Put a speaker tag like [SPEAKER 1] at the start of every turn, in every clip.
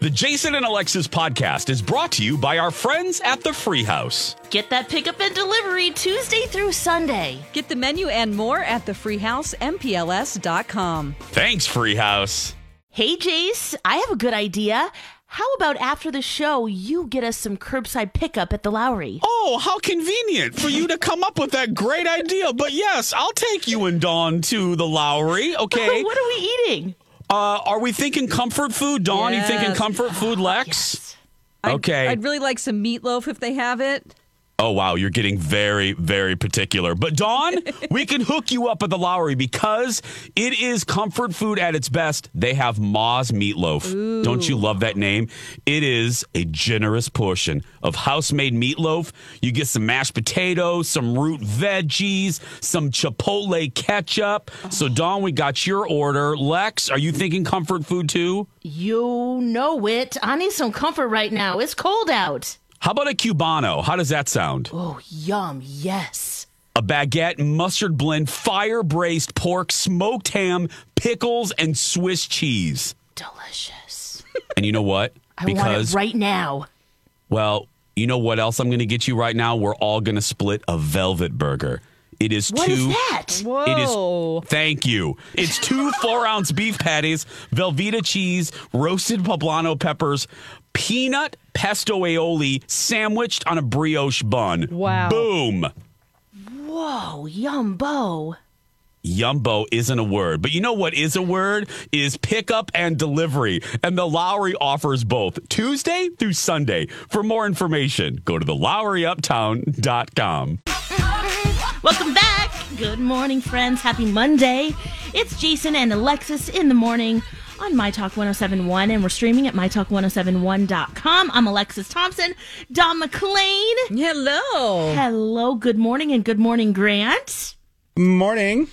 [SPEAKER 1] The Jason and Alexis podcast is brought to you by our friends at the Free House.
[SPEAKER 2] Get that pickup and delivery Tuesday through Sunday.
[SPEAKER 3] Get the menu and more at thefreehousempls.com.
[SPEAKER 1] Thanks, Free House.
[SPEAKER 2] Hey, Jace, I have a good idea. How about after the show, you get us some curbside pickup at the Lowry?
[SPEAKER 1] Oh, how convenient for you to come up with that great idea. But yes, I'll take you and Dawn to the Lowry,
[SPEAKER 3] Oh,
[SPEAKER 1] okay?
[SPEAKER 2] what are we eating?
[SPEAKER 1] Uh, are we thinking comfort food? Dawn, you thinking
[SPEAKER 3] Yes.
[SPEAKER 1] comfort food, Lex?
[SPEAKER 3] I'd-
[SPEAKER 1] Okay.
[SPEAKER 3] I'd really like some meatloaf if they have it.
[SPEAKER 1] Oh, wow. You're getting very, very particular. But, Dawn, we can hook you up at the Lowry because it is comfort food at its best. They have Ma's Meatloaf. Don't you love that name? It is a generous portion of house made meatloaf. You get some mashed potatoes, some root veggies, some chipotle ketchup. So, Dawn, we got your order. Lex, are you thinking comfort food too?
[SPEAKER 2] You know it. I need some comfort right now. It's cold out.
[SPEAKER 1] How about a Cubano? How does that sound?
[SPEAKER 2] Oh, yum. Yes.
[SPEAKER 1] a baguette, mustard blend, fire braised pork, smoked ham, pickles, and Swiss cheese.
[SPEAKER 2] Delicious.
[SPEAKER 1] And you know what?
[SPEAKER 2] I want
[SPEAKER 1] because,
[SPEAKER 2] it right now.
[SPEAKER 1] well, you know what else I'm going to get you right now? We're all going to split a velvet burger. It is
[SPEAKER 2] What
[SPEAKER 1] two.
[SPEAKER 2] is that?
[SPEAKER 3] Whoa.
[SPEAKER 1] It is. Thank you. It's two four ounce beef patties, Velveeta cheese, roasted poblano peppers, peanut pesto aioli sandwiched on a brioche bun.
[SPEAKER 3] Wow.
[SPEAKER 1] Boom.
[SPEAKER 2] Whoa, yumbo.
[SPEAKER 1] Yumbo isn't a word, but you know what is a word? Is pickup and delivery. And the Lowry offers both Tuesday through Sunday. For more information, go to the LowryUptown.com.
[SPEAKER 2] Welcome back. Good morning, friends. Happy Monday. It's Jason and Alexis in the morning on My Talk 1071, and we're streaming at MyTalk1071.com. I'm Alexis Thompson, Don McLean.
[SPEAKER 3] Hello.
[SPEAKER 2] Hello, good morning, and good morning, Grant.
[SPEAKER 4] Morning.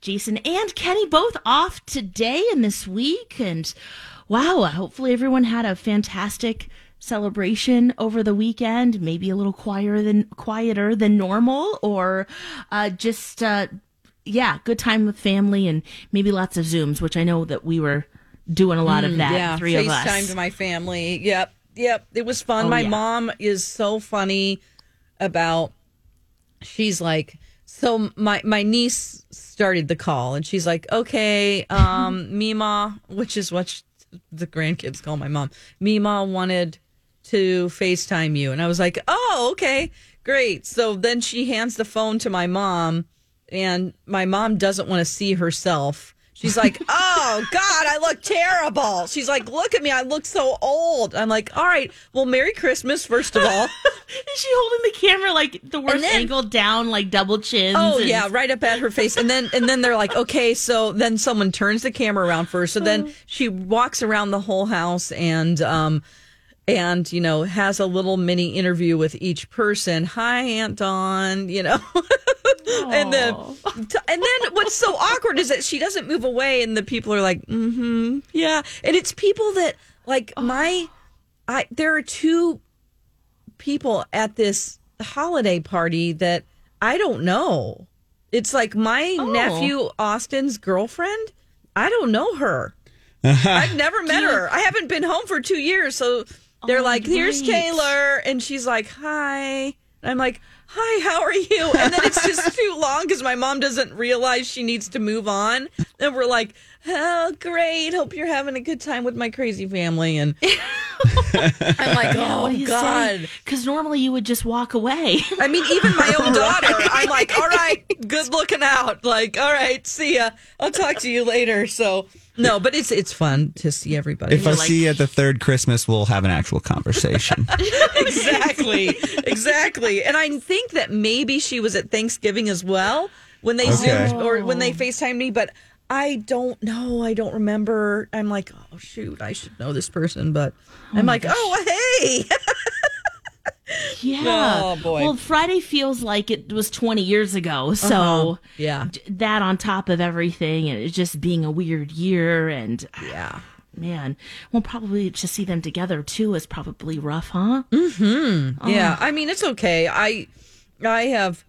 [SPEAKER 2] Jason and Kenny both off today and this week. And wow, uh, hopefully everyone had a fantastic celebration over the weekend. Maybe a little quieter than quieter than normal, or uh, just uh, yeah, good time with family and maybe lots of zooms, which I know that we were doing a lot of that.
[SPEAKER 5] Mm, Yeah,
[SPEAKER 2] three
[SPEAKER 5] FaceTime
[SPEAKER 2] of us.
[SPEAKER 5] to my family. Yep, yep. It was fun.
[SPEAKER 2] Oh,
[SPEAKER 5] my
[SPEAKER 2] yeah.
[SPEAKER 5] mom is so funny about. She's like, so my my niece started the call, and she's like, okay, um, Mima, which is what sh the grandkids call my mom. Mima wanted to FaceTime you, and I was like, oh, okay, great. So then she hands the phone to my mom, and my mom doesn't want to see herself. She's like, oh God, I look terrible. She's like, look at me, I look so old. I'm like, all right, well, Merry Christmas, first of all.
[SPEAKER 2] Is she holding the camera like the worst
[SPEAKER 5] then-
[SPEAKER 2] angle down, like double chins?
[SPEAKER 5] Oh
[SPEAKER 2] and-
[SPEAKER 5] yeah, right up at her face, and then and then they're like, okay, so then someone turns the camera around first, so then she walks around the whole house and um and you know has a little mini interview with each person. Hi, Aunt Dawn, you know, and then and then what's so awkward is that she doesn't move away, and the people are like, mm-hmm, yeah, and it's people that like my, I there are two people at this holiday party that I don't know. It's like my nephew Austin's girlfriend. I don't know her. I've never met her. I haven't been home for two years. So they're
[SPEAKER 2] Oh,
[SPEAKER 5] like, here's
[SPEAKER 2] right.
[SPEAKER 5] Taylor. And she's like, hi. And I'm like, hi, how are you? And then it's just too long because my mom doesn't realize she needs to move on. And we're like, oh, great. Hope you're having a good time with my crazy family. And I'm like, oh, God.
[SPEAKER 2] Because normally you would just walk away.
[SPEAKER 5] I mean, even my own daughter, I'm like, all right, good looking out. Like, all right, see ya. I'll talk to you later. So no, but it's it's fun to see everybody.
[SPEAKER 4] If I
[SPEAKER 2] like-
[SPEAKER 4] see you at the third Christmas, we'll have an actual conversation.
[SPEAKER 5] exactly, exactly. And I think that maybe she was at Thanksgiving as well when they
[SPEAKER 4] Okay.
[SPEAKER 5] zoomed or when they Facetime me, but. I don't know. I don't remember. I'm like, oh shoot, I should know this person, but I'm like, oh hey,
[SPEAKER 2] Yeah.
[SPEAKER 5] Oh, boy. Uh-huh.
[SPEAKER 2] Well, Friday feels like it was 20 years ago. So
[SPEAKER 5] yeah,
[SPEAKER 2] d- that on top of everything, and it just being a weird year, and ah,
[SPEAKER 5] yeah.
[SPEAKER 2] man, well, probably to see them together too is probably rough, huh?
[SPEAKER 5] Mm-hmm.
[SPEAKER 2] Uh-huh.
[SPEAKER 5] Yeah, I mean it's okay. I I have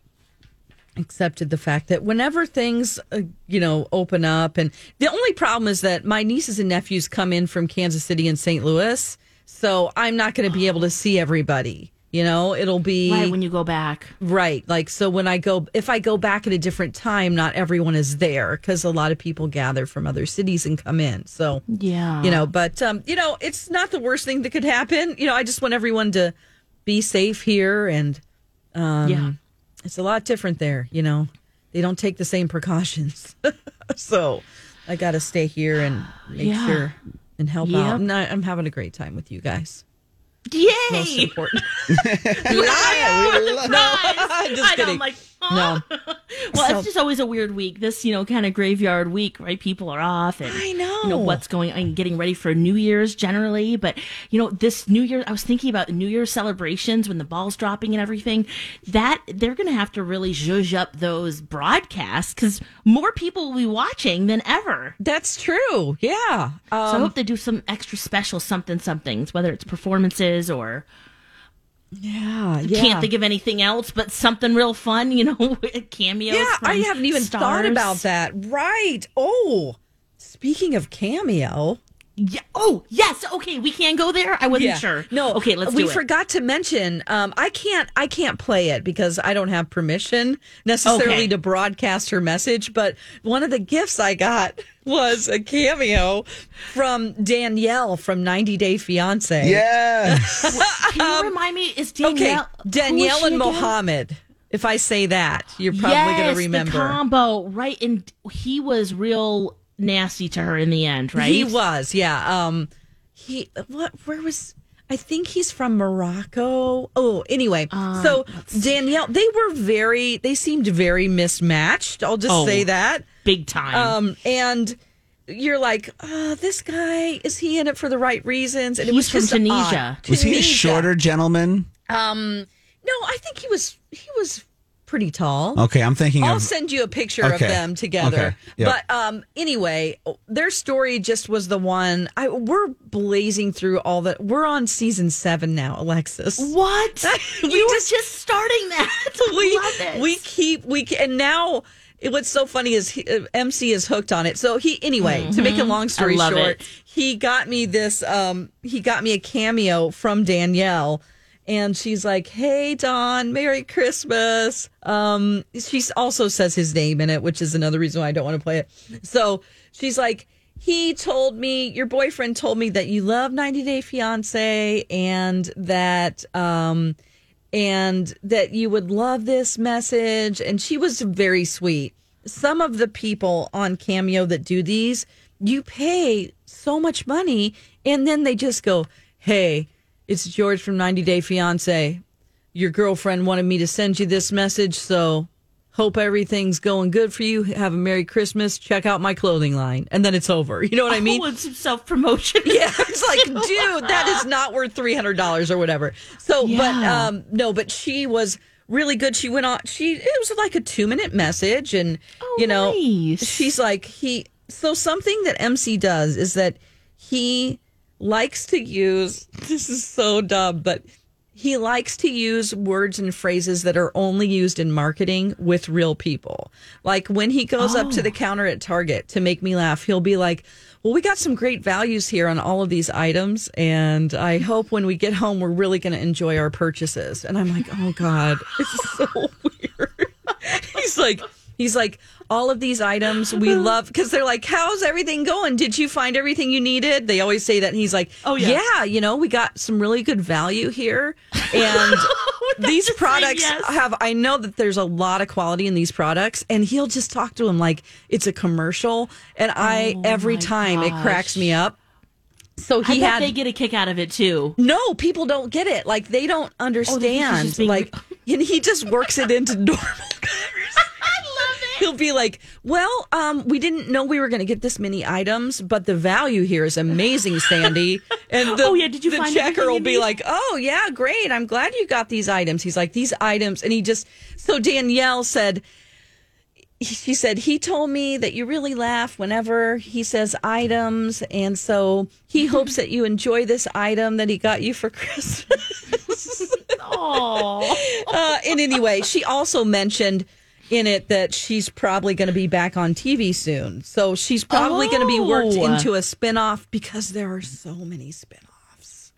[SPEAKER 5] accepted the fact that whenever things uh, you know open up and the only problem is that my nieces and nephews come in from Kansas City and St. Louis, so I'm not going to be able to see everybody. You know, it'll be
[SPEAKER 2] Right when you go back.
[SPEAKER 5] Right. Like, so when I go, if I go back at a different time, not everyone is there because a lot of people gather from other cities and come in. So,
[SPEAKER 2] Yeah.
[SPEAKER 5] you know, but, um, you know, it's not the worst thing that could happen. You know, I just want everyone to be safe here. And Um,
[SPEAKER 2] yeah.
[SPEAKER 5] it's a lot different there, you know, they don't take the same precautions. so I got to stay here and make
[SPEAKER 2] Yeah.
[SPEAKER 5] sure and help
[SPEAKER 2] Yep.
[SPEAKER 5] out. And I, I'm having a great time with you guys. Most
[SPEAKER 2] Yay!
[SPEAKER 5] important.
[SPEAKER 4] Yeah, we love-
[SPEAKER 2] I'm I
[SPEAKER 5] Just
[SPEAKER 2] know, I'm
[SPEAKER 5] kidding.
[SPEAKER 2] like,
[SPEAKER 5] No.
[SPEAKER 2] well,
[SPEAKER 5] So-
[SPEAKER 2] it's just always a weird week. This, you know, kind of graveyard week, right? People are off, and
[SPEAKER 5] I
[SPEAKER 2] you know
[SPEAKER 5] know.
[SPEAKER 2] what's going on, getting ready for New Year's generally. But you know, this New Year, I was thinking about New Year's celebrations when the ball's dropping and everything. That they're going to have to really zhuzh up those broadcasts because more people will be watching than ever.
[SPEAKER 5] That's true. Yeah. Um,
[SPEAKER 2] So I hope they do some extra special something somethings, whether it's performances or
[SPEAKER 5] Yeah. Yeah.
[SPEAKER 2] can't think of anything else, but something real fun, you know, cameos.
[SPEAKER 5] Yeah, I
[SPEAKER 2] from
[SPEAKER 5] haven't even thought
[SPEAKER 2] stars.
[SPEAKER 5] about that. Right. Oh, speaking of cameo,
[SPEAKER 2] Yeah. Oh, yes. Okay, we can go there. I wasn't sure.
[SPEAKER 5] No.
[SPEAKER 2] Okay, let's
[SPEAKER 5] We
[SPEAKER 2] do it.
[SPEAKER 5] forgot to mention. Um, I can't. I can't play it because I don't have permission necessarily
[SPEAKER 2] Okay.
[SPEAKER 5] to broadcast her message. But one of the gifts I got was a cameo from Danielle from 90 Day Fiance.
[SPEAKER 4] Yes.
[SPEAKER 2] Can you remind me? Is Danielle?
[SPEAKER 5] um, Okay.
[SPEAKER 2] who is
[SPEAKER 5] Danielle
[SPEAKER 2] she
[SPEAKER 5] and
[SPEAKER 2] again?
[SPEAKER 5] Mohammed. If I say that, you're probably going
[SPEAKER 2] yes,
[SPEAKER 5] to remember.
[SPEAKER 2] the combo, right? And he was real nasty to her in the end, right?
[SPEAKER 5] He was, yeah. Um, he what? Where was? I think he's from Morocco. Oh, anyway,
[SPEAKER 2] Um,
[SPEAKER 5] so Danielle, they were very, they seemed very mismatched. I'll just
[SPEAKER 2] Oh.
[SPEAKER 5] say that.
[SPEAKER 2] big time.
[SPEAKER 5] Um, and you're like, oh, this guy is he in it for the right reasons? And it
[SPEAKER 2] He's
[SPEAKER 5] was
[SPEAKER 2] from
[SPEAKER 5] just odd.
[SPEAKER 2] Tunisia.
[SPEAKER 4] Was he a
[SPEAKER 5] Tunisia.
[SPEAKER 4] shorter gentleman?
[SPEAKER 5] No, I think he was. He was pretty tall.
[SPEAKER 4] Okay, I'm thinking
[SPEAKER 5] I'll
[SPEAKER 4] of.
[SPEAKER 5] send you a picture of
[SPEAKER 4] Okay.
[SPEAKER 5] them together.
[SPEAKER 4] Okay. Yep.
[SPEAKER 5] But um, anyway, their story just was the one. I we're blazing through all the. We're on season seven now, Alexis.
[SPEAKER 2] what?
[SPEAKER 5] We
[SPEAKER 2] you
[SPEAKER 5] just-
[SPEAKER 2] were just starting that.
[SPEAKER 5] We
[SPEAKER 2] Love it.
[SPEAKER 5] we keep we ke- and now. it- What's so funny is he, uh, MC is hooked on it. So he, anyway, to make a long story
[SPEAKER 2] Mm-hmm. love
[SPEAKER 5] short,
[SPEAKER 2] it.
[SPEAKER 5] he got me this. Um, he got me a cameo from Danielle, and she's like, "Hey, Don, Merry Christmas." Um, she also says his name in it, which is another reason why I don't want to play it. So she's like, "He told me your boyfriend told me that you love 90 Day Fiance and that um, and that you would love this message." And she was very sweet. Some of the people on Cameo that do these, you pay so much money, and then they just go, "Hey." It's George from 90 Day Fiance. Your girlfriend wanted me to send you this message, so hope everything's going good for you. Have a Merry Christmas. Check out my clothing line. And then it's over. You know what I mean?
[SPEAKER 2] Oh, it's self promotion.
[SPEAKER 5] yeah, it's like, dude, that is not worth three hundred dollars or whatever. So, but
[SPEAKER 2] Yeah.
[SPEAKER 5] um, no, but she was really good. She went on. She it was like a two minute message, and
[SPEAKER 2] Oh,
[SPEAKER 5] you know,
[SPEAKER 2] nice.
[SPEAKER 5] she's like he. So something that MC does is that he likes to use. This is so dumb, but. He likes to use words and phrases that are only used in marketing with real people. Like when he goes up to the counter at Target to make me laugh, he'll be like, Well, we got some great values here on all of these items. And I hope when we get home, we're really going to enjoy our purchases. And I'm like, Oh God, it's so weird. he's like, He's like, all of these items we love because they're like, how's everything going? Did you find everything you needed? They always say that. And he's like, oh,
[SPEAKER 2] yeah.
[SPEAKER 5] yeah, you know, we got some really good value here. And these products uh,
[SPEAKER 2] yes.
[SPEAKER 5] have I know that there's a lot of quality in these products and he'll just talk to him like it's a commercial and I every time it cracks me up. So
[SPEAKER 2] Oh I
[SPEAKER 5] he
[SPEAKER 2] bet
[SPEAKER 5] had
[SPEAKER 2] they get a kick out of it too.
[SPEAKER 5] no, people don't get it. Like they don't
[SPEAKER 2] Oh,
[SPEAKER 5] understand.
[SPEAKER 2] just being-
[SPEAKER 5] like and he just works it into normal
[SPEAKER 2] I love it.
[SPEAKER 5] She'll be like, "Well, um, we didn't know we were going to get this many items, but the value here is amazing, Sandy." And the,
[SPEAKER 2] Oh, yeah, did you
[SPEAKER 5] the
[SPEAKER 2] find everything
[SPEAKER 5] checker will
[SPEAKER 2] you
[SPEAKER 5] be
[SPEAKER 2] need?
[SPEAKER 5] like, "Oh yeah, great. I'm glad you got these items." He's like, "These items," and he just so Danielle said. She said he told me that you really laugh whenever he says items, and so he hopes that you enjoy this item that he got you for Christmas.
[SPEAKER 2] Oh,
[SPEAKER 5] uh, and anyway, she also mentioned in it that she's probably going to be back on TV soon. So she's probably going to be worked
[SPEAKER 2] Oh.
[SPEAKER 5] into a spinoff because there are so many spinoffs.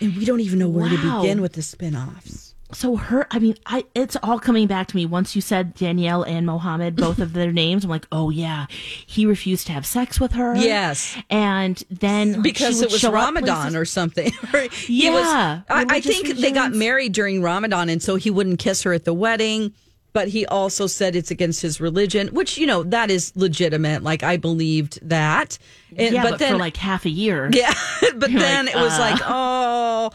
[SPEAKER 5] And we don't even know where to
[SPEAKER 2] Wow.
[SPEAKER 5] begin with the spinoffs.
[SPEAKER 2] so her. I mean, I. It's all coming back to me once you said Danielle and Mohammed, both of their names. I'm like, oh yeah, he refused to have sex with her.
[SPEAKER 5] Yes.
[SPEAKER 2] and then like,
[SPEAKER 5] Because
[SPEAKER 2] she
[SPEAKER 5] it
[SPEAKER 2] would
[SPEAKER 5] was
[SPEAKER 2] show up
[SPEAKER 5] Ramadan
[SPEAKER 2] places-
[SPEAKER 5] or something. right? He was-
[SPEAKER 2] Yeah,
[SPEAKER 5] I, I
[SPEAKER 2] religious
[SPEAKER 5] think they got
[SPEAKER 2] reasons.
[SPEAKER 5] married during Ramadan, and so he wouldn't kiss her at the wedding. But he also said it's against his religion, which you know that is legitimate. Like I believed that, And-
[SPEAKER 2] yeah, but,
[SPEAKER 5] then
[SPEAKER 2] for like half a year.
[SPEAKER 5] Yeah, but
[SPEAKER 2] You're
[SPEAKER 5] then
[SPEAKER 2] like,
[SPEAKER 5] it was
[SPEAKER 2] uh.
[SPEAKER 5] like, oh,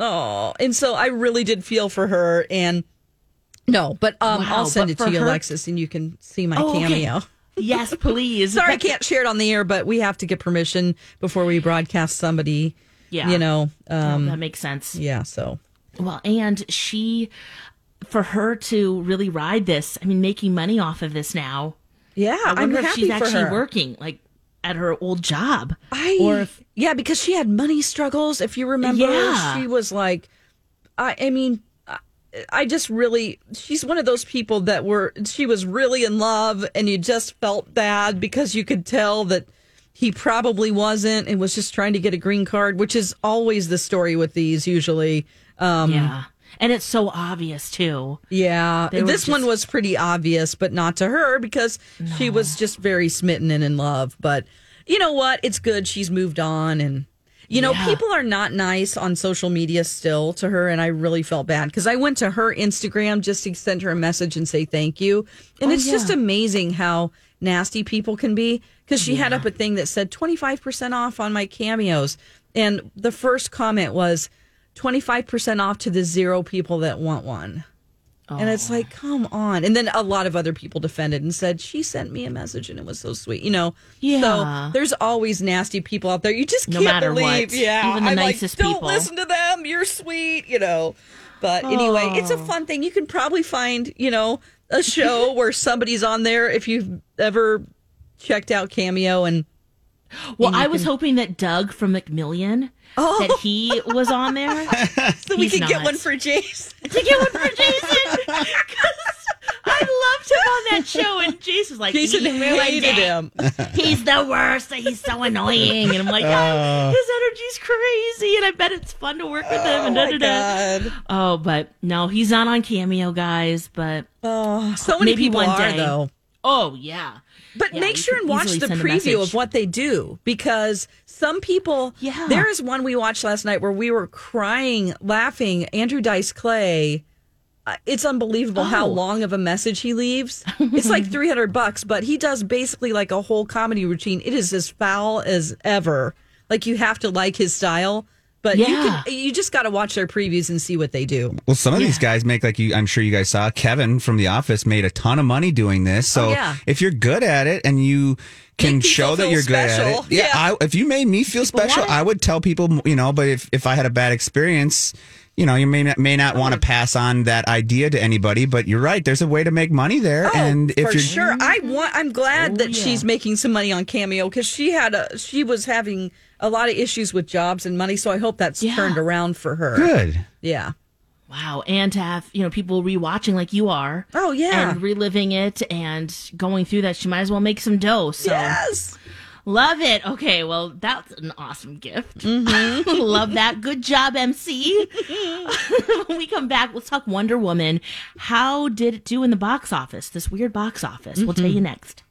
[SPEAKER 5] oh, and so I really did feel for her. And no, but um,
[SPEAKER 2] Wow,
[SPEAKER 5] I'll send
[SPEAKER 2] but
[SPEAKER 5] it to
[SPEAKER 2] for
[SPEAKER 5] you,
[SPEAKER 2] her-
[SPEAKER 5] Alexis, and you can see my
[SPEAKER 2] Oh, okay.
[SPEAKER 5] cameo.
[SPEAKER 2] Yes, please.
[SPEAKER 5] Sorry, I
[SPEAKER 2] That-
[SPEAKER 5] can't share it on the air, but we have to get permission before we broadcast somebody.
[SPEAKER 2] Yeah.
[SPEAKER 5] you know, um,
[SPEAKER 2] that makes sense.
[SPEAKER 5] yeah. So
[SPEAKER 2] Well, and she, for her to really ride this, I mean, making money off of this now.
[SPEAKER 5] yeah,
[SPEAKER 2] I
[SPEAKER 5] am
[SPEAKER 2] wonder if
[SPEAKER 5] happy
[SPEAKER 2] she's
[SPEAKER 5] for
[SPEAKER 2] actually
[SPEAKER 5] her.
[SPEAKER 2] working, like at her old job.
[SPEAKER 5] I
[SPEAKER 2] or if
[SPEAKER 5] yeah, because she had money struggles. If you remember,
[SPEAKER 2] Yeah.
[SPEAKER 5] she was like, I, I mean, I, I just really, she's one of those people that were she was really in love, and you just felt bad because you could tell that he probably wasn't and was just trying to get a green card, which is always the story with these usually. Um,
[SPEAKER 2] yeah, and it's so obvious too.
[SPEAKER 5] yeah,
[SPEAKER 2] were
[SPEAKER 5] this one
[SPEAKER 2] just-
[SPEAKER 5] was pretty obvious, but not to her because she was just very smitten and in love. But you know what? It's good she's moved on, and you know
[SPEAKER 2] Yeah.
[SPEAKER 5] people are not nice on social media still to her, and I really felt bad because I went to her Instagram just to send her a message and say thank you,
[SPEAKER 2] Oh,
[SPEAKER 5] and it's just amazing how nasty people can be because she had up a thing that said twenty five percent off on my cameos, and the first comment was. 25% off to the zero people that want one. And it's like, come on. And then a lot of other people defended and said, she sent me a message and it was so sweet. You know?
[SPEAKER 2] Yeah.
[SPEAKER 5] So there's always nasty people out there. You just
[SPEAKER 2] No
[SPEAKER 5] can't
[SPEAKER 2] matter
[SPEAKER 5] believe.
[SPEAKER 2] what.
[SPEAKER 5] Yeah.
[SPEAKER 2] Even the
[SPEAKER 5] I'm
[SPEAKER 2] nicest
[SPEAKER 5] like, don't
[SPEAKER 2] people."
[SPEAKER 5] listen to them. You're sweet, you know. But anyway, it's a fun thing. You can probably find, you know, a show where somebody's on there if you've ever checked out Cameo and
[SPEAKER 2] Well, I was hoping that Doug from McMillian that he was on there
[SPEAKER 5] Oh. so we
[SPEAKER 2] He's
[SPEAKER 5] can get
[SPEAKER 2] not.
[SPEAKER 5] one for Jason.
[SPEAKER 2] to get one for Jason. 'Cause I loved him on that show, and Jason's like,
[SPEAKER 5] Jason
[SPEAKER 2] "You ruined
[SPEAKER 5] hated
[SPEAKER 2] it.
[SPEAKER 5] him.
[SPEAKER 2] he's the worst. He's so annoying. And I'm like,
[SPEAKER 5] Uh.
[SPEAKER 2] oh, his energy's crazy. And I bet it's fun to work with him. And da, da, da.
[SPEAKER 5] Oh God.
[SPEAKER 2] Oh, but no, he's not on Cameo, guys. But
[SPEAKER 5] Oh, so many
[SPEAKER 2] Maybe
[SPEAKER 5] people
[SPEAKER 2] one
[SPEAKER 5] are
[SPEAKER 2] day.
[SPEAKER 5] though.
[SPEAKER 2] oh, yeah.
[SPEAKER 5] But
[SPEAKER 2] Yeah,
[SPEAKER 5] make
[SPEAKER 2] you
[SPEAKER 5] sure
[SPEAKER 2] can
[SPEAKER 5] and watch
[SPEAKER 2] easily
[SPEAKER 5] the
[SPEAKER 2] send a
[SPEAKER 5] preview
[SPEAKER 2] message.
[SPEAKER 5] of what they do because some people.
[SPEAKER 2] Yeah.
[SPEAKER 5] There is one we watched last night where we were crying, laughing. Andrew Dice Clay. Uh, it's unbelievable how
[SPEAKER 2] Oh.
[SPEAKER 5] long of a message he leaves. It's like 300 bucks, but he does basically like a whole comedy routine. It is as foul as ever. Like you have to like his style, but you
[SPEAKER 2] Yeah.
[SPEAKER 5] can, you just got to watch their previews and see what they do.
[SPEAKER 4] Well, some of these guys make like you. I'm sure you guys saw Kevin from The Office made a ton of money doing this. So
[SPEAKER 5] Oh, yeah.
[SPEAKER 4] if you're good at it and you can
[SPEAKER 5] Make people
[SPEAKER 4] show that
[SPEAKER 5] feel
[SPEAKER 4] you're
[SPEAKER 5] special.
[SPEAKER 4] good at it, yeah.
[SPEAKER 5] Yeah.
[SPEAKER 4] I, if you made me feel special, I would tell people, you know. But if if I had a bad experience, you know, you may not, may not want to pass on that idea to anybody. But you're right. There's a way to make money there,
[SPEAKER 5] Oh,
[SPEAKER 4] and if
[SPEAKER 5] for
[SPEAKER 4] you're
[SPEAKER 5] sure, I want. I'm glad that she's making some money on Cameo because she had a she was having a lot of issues with jobs and money. So I hope that's
[SPEAKER 2] Yeah.
[SPEAKER 5] turned around for her.
[SPEAKER 4] good.
[SPEAKER 5] Yeah.
[SPEAKER 2] Wow. And to have, you know, people rewatching like you are.
[SPEAKER 5] Oh, yeah.
[SPEAKER 2] And reliving it and going through that. She might as well make some dough. So
[SPEAKER 5] Yes.
[SPEAKER 2] love it. Okay. Well, that's an awesome gift.
[SPEAKER 5] Mm-hmm.
[SPEAKER 2] love that. Good job, MC. when we come back, let's talk Wonder Woman.
[SPEAKER 5] Mm-hmm.
[SPEAKER 2] How did it do in the box office? This weird box office. We'll tell you next.